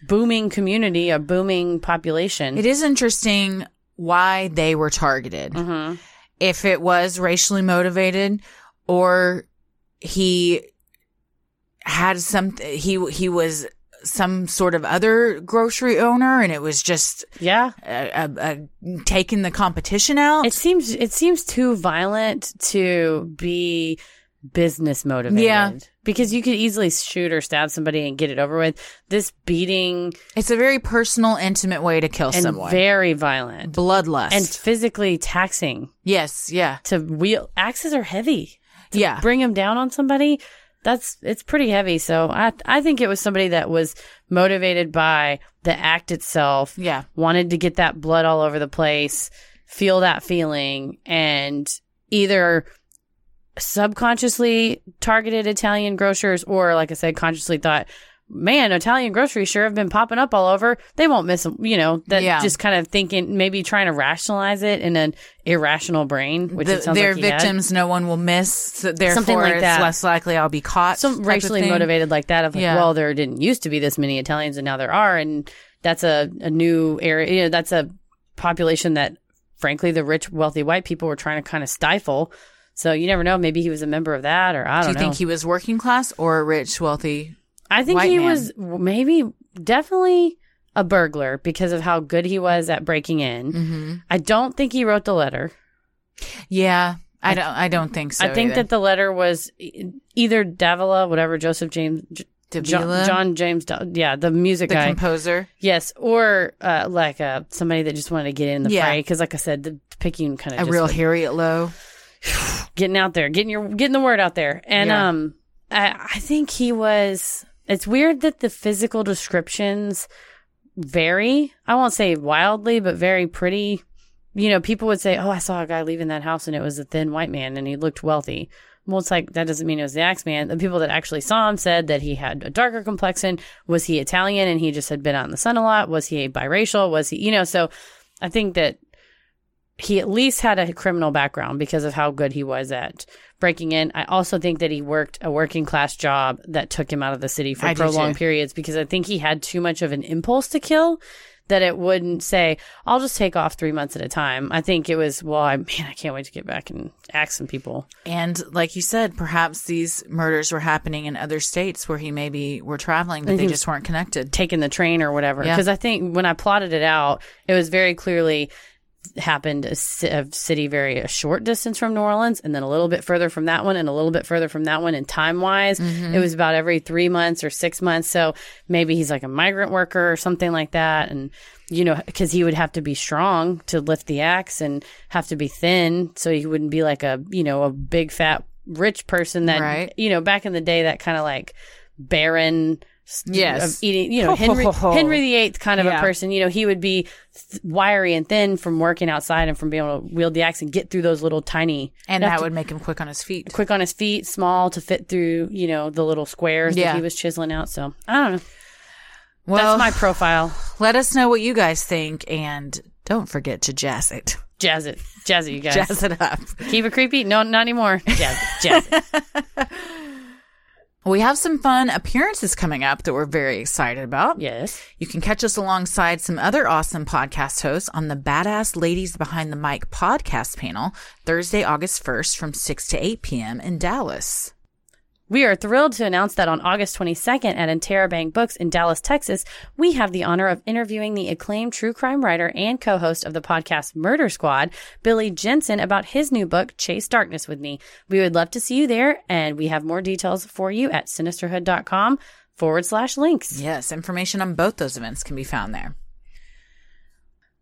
A: booming community, a booming population.
C: It is interesting why they were targeted.
A: Mhm.
C: If it was racially motivated or he had some he he was some sort of other grocery owner and it was just
A: Yeah.
C: uh, uh, uh, taking the competition out.
A: It seems it seems too violent to be business motivated.
C: Yeah.
A: Because you could easily shoot or stab somebody and get it over with. This beating
C: It's a very personal, intimate way to kill
A: and
C: someone.
A: very violent
C: Bloodlust.
A: and physically taxing
C: yes, yeah,
A: to wheel axes are heavy.
C: yeah.
A: Bring them down on somebody. That's it's pretty heavy. So I I think it was somebody that was motivated by the act itself.
C: Yeah.
A: wanted to get that blood all over the place, feel that feeling, and either subconsciously targeted Italian grocers or, like I said, consciously thought, man, Italian groceries sure have been popping up all over. They won't miss them, you know, that
C: Yeah.
A: just kind of thinking, maybe trying to rationalize it in an irrational brain, which
C: The-
A: it sounds
C: their
A: like he had.
C: victims, no one will miss. So therefore,
A: like
C: it's
A: that.
C: less likely I'll be caught. type
A: Some
C: of
A: racially
C: thing.
A: motivated like that of like,
C: Yeah.
A: well, there didn't used to be this many Italians and now there are. And that's a, a new area. You know, that's a population that frankly, the rich, wealthy white people were trying to kind of stifle. So you never know. Maybe he was a member of that or I
C: Do
A: don't
C: you
A: know.
C: think he was working class or rich, wealthy?
A: I think
C: white
A: he
C: man?
A: was maybe definitely a burglar because of how good he was at breaking in.
C: Mm-hmm.
A: I don't think he wrote the letter.
C: Yeah, I don't. I don't think so.
A: I think
C: either.
A: that the letter was e- either Davila, whatever, Joseph James, J- John,
C: Davila?
A: John James, Da- yeah, the music
C: the
A: guy.
C: composer.
A: Yes, or uh, like uh, somebody that just wanted to get in the
C: Yeah.
A: fray because, like I said, the picking kind
C: A
A: of
C: real Harriet Lowe.
A: getting out there, getting your getting the word out there, and
C: Yeah.
A: um, I, I think he was. It's weird that the physical descriptions vary. I won't say wildly, but very pretty you know, people would say, "Oh, I saw a guy leaving that house, and it was a thin white man, and he looked wealthy." Well, it's like that doesn't mean it was the axe man. The people that actually saw him said that he had a darker complexion. Was he Italian, and he just had been out in the sun a lot? Was he biracial? Was he, you know? So, I think that he at least had a criminal background because of how good he was at breaking in. I also think that he worked a working class job that took him out of the city for
C: I do
A: prolonged
C: too.
A: periods because I think he had too much of an impulse to kill that it wouldn't say, I'll just take off three months at a time. I think it was, well, I, man, I can't wait to get back and axe some people.
C: And like you said, perhaps these murders were happening in other states where he maybe were traveling, but they just weren't connected.
A: taking the train or whatever.
C: Yeah.
A: Because I think when I plotted it out, it was very clearly happened a, ci- a city very a short distance from New Orleans, and then a little bit further from that one, and a little bit further from that one. And time wise,
C: Mm-hmm.
A: it was about every three months or six months. So maybe he's like a migrant worker or something like that, and. You know, because he would have to be strong to lift the axe and have to be thin, so he wouldn't be like a you know a big fat rich person that
C: Right.
A: you know back in the day that kind of like barren s-
C: Yes.
A: of eating you know Henry Henry VIII kind of
C: Yeah.
A: a person you know he would be th- wiry and thin from working outside and from being able to wield the axe and get through those little tiny
C: And that would make him quick on his feet.
A: quick on his feet small to fit through you know the little squares
C: Yeah.
A: that he was chiseling out so I don't know
C: Well,
A: that's my profile
C: let us know what you guys think and don't forget to jazz it.
A: jazz it jazz it you guys
C: Jazz it up.
A: keep it creepy no not anymore jazz it jazz it
C: We have some fun appearances coming up that we're very excited about.
A: yes
C: You can catch us alongside some other awesome podcast hosts on the Badass Ladies Behind the Mic podcast panel Thursday, August 1st from 6 to 8 p.m. in Dallas.
A: We are thrilled to announce that on August 22nd at Interrobang Books in Dallas, Texas, we have the honor of interviewing the acclaimed true crime writer and co-host of the podcast Murder Squad, Billy Jensen, about his new book, Chase Darkness with Me. We would love to see you there, and we have more details for you at sinisterhood.com forward slash links.
C: Yes, information on both those events can be found there.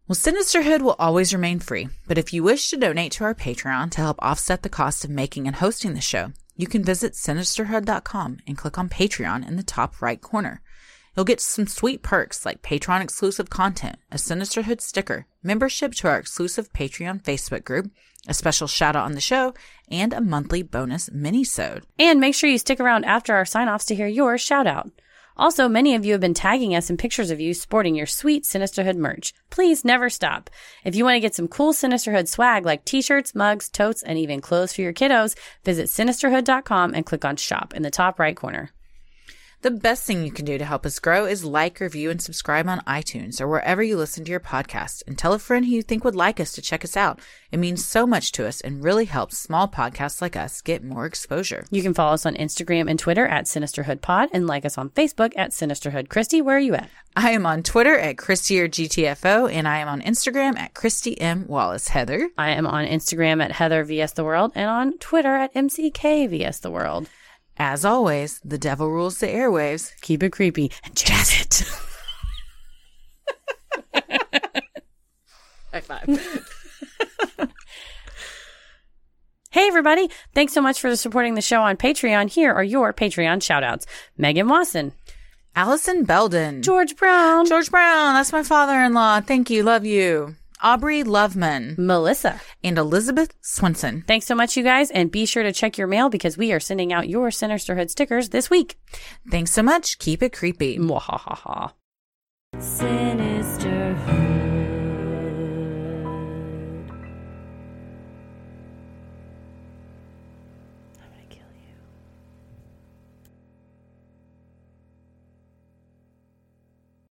C: Well, Sinisterhood will always remain free, but if you wish to donate to our Patreon to help offset the cost of making and hosting the show, you can visit sinisterhood.com and click on Patreon in the top right corner. You'll get some sweet perks like Patreon exclusive content, a Sinisterhood sticker, membership to our exclusive Patreon Facebook group, a special shout out on the show, and a monthly bonus mini-sode.
A: And make sure you stick around after our sign offs to hear your shout out. Also, many of you have been tagging us in pictures of you sporting your sweet Sinisterhood merch. Please never stop. If you want to get some cool Sinisterhood swag like t shirts, mugs, totes, and even clothes for your kiddos, visit sinisterhood.com and click on shop in the top right corner.
C: The best thing you can do to help us grow is like, review, and subscribe on iTunes or wherever you listen to your podcast. And tell a friend who you think would like us to check us out. It means so much to us and really helps small podcasts like us get more exposure.
A: You can follow us on Instagram and Twitter at Sinisterhood Pod and like us on Facebook at Sinisterhood. Christy, where are you at?
C: I am on Twitter at Christy or GTFO, and I am on Instagram at Christy M. Wallace Heather.
A: I am on Instagram at Heather VS The World and on Twitter at MCK VS The World.
C: As always, the devil rules the airwaves.
A: Keep it creepy and jazz it.
C: High five.
A: Hey everybody, thanks so much for supporting the show on Patreon. Here are your Patreon shoutouts. Megan Wasson,
C: Allison Belden.
A: George Brown,
C: George Brown, that's my father in law. Thank you. Love you. Aubrey Loveman
A: Melissa.
C: and Elizabeth Swenson.
A: Thanks so much you guys and be sure to check your mail because we are sending out your Sinisterhood stickers this week.
C: Thanks so much. Keep it creepy.
A: Mwahaha.
B: Sinister.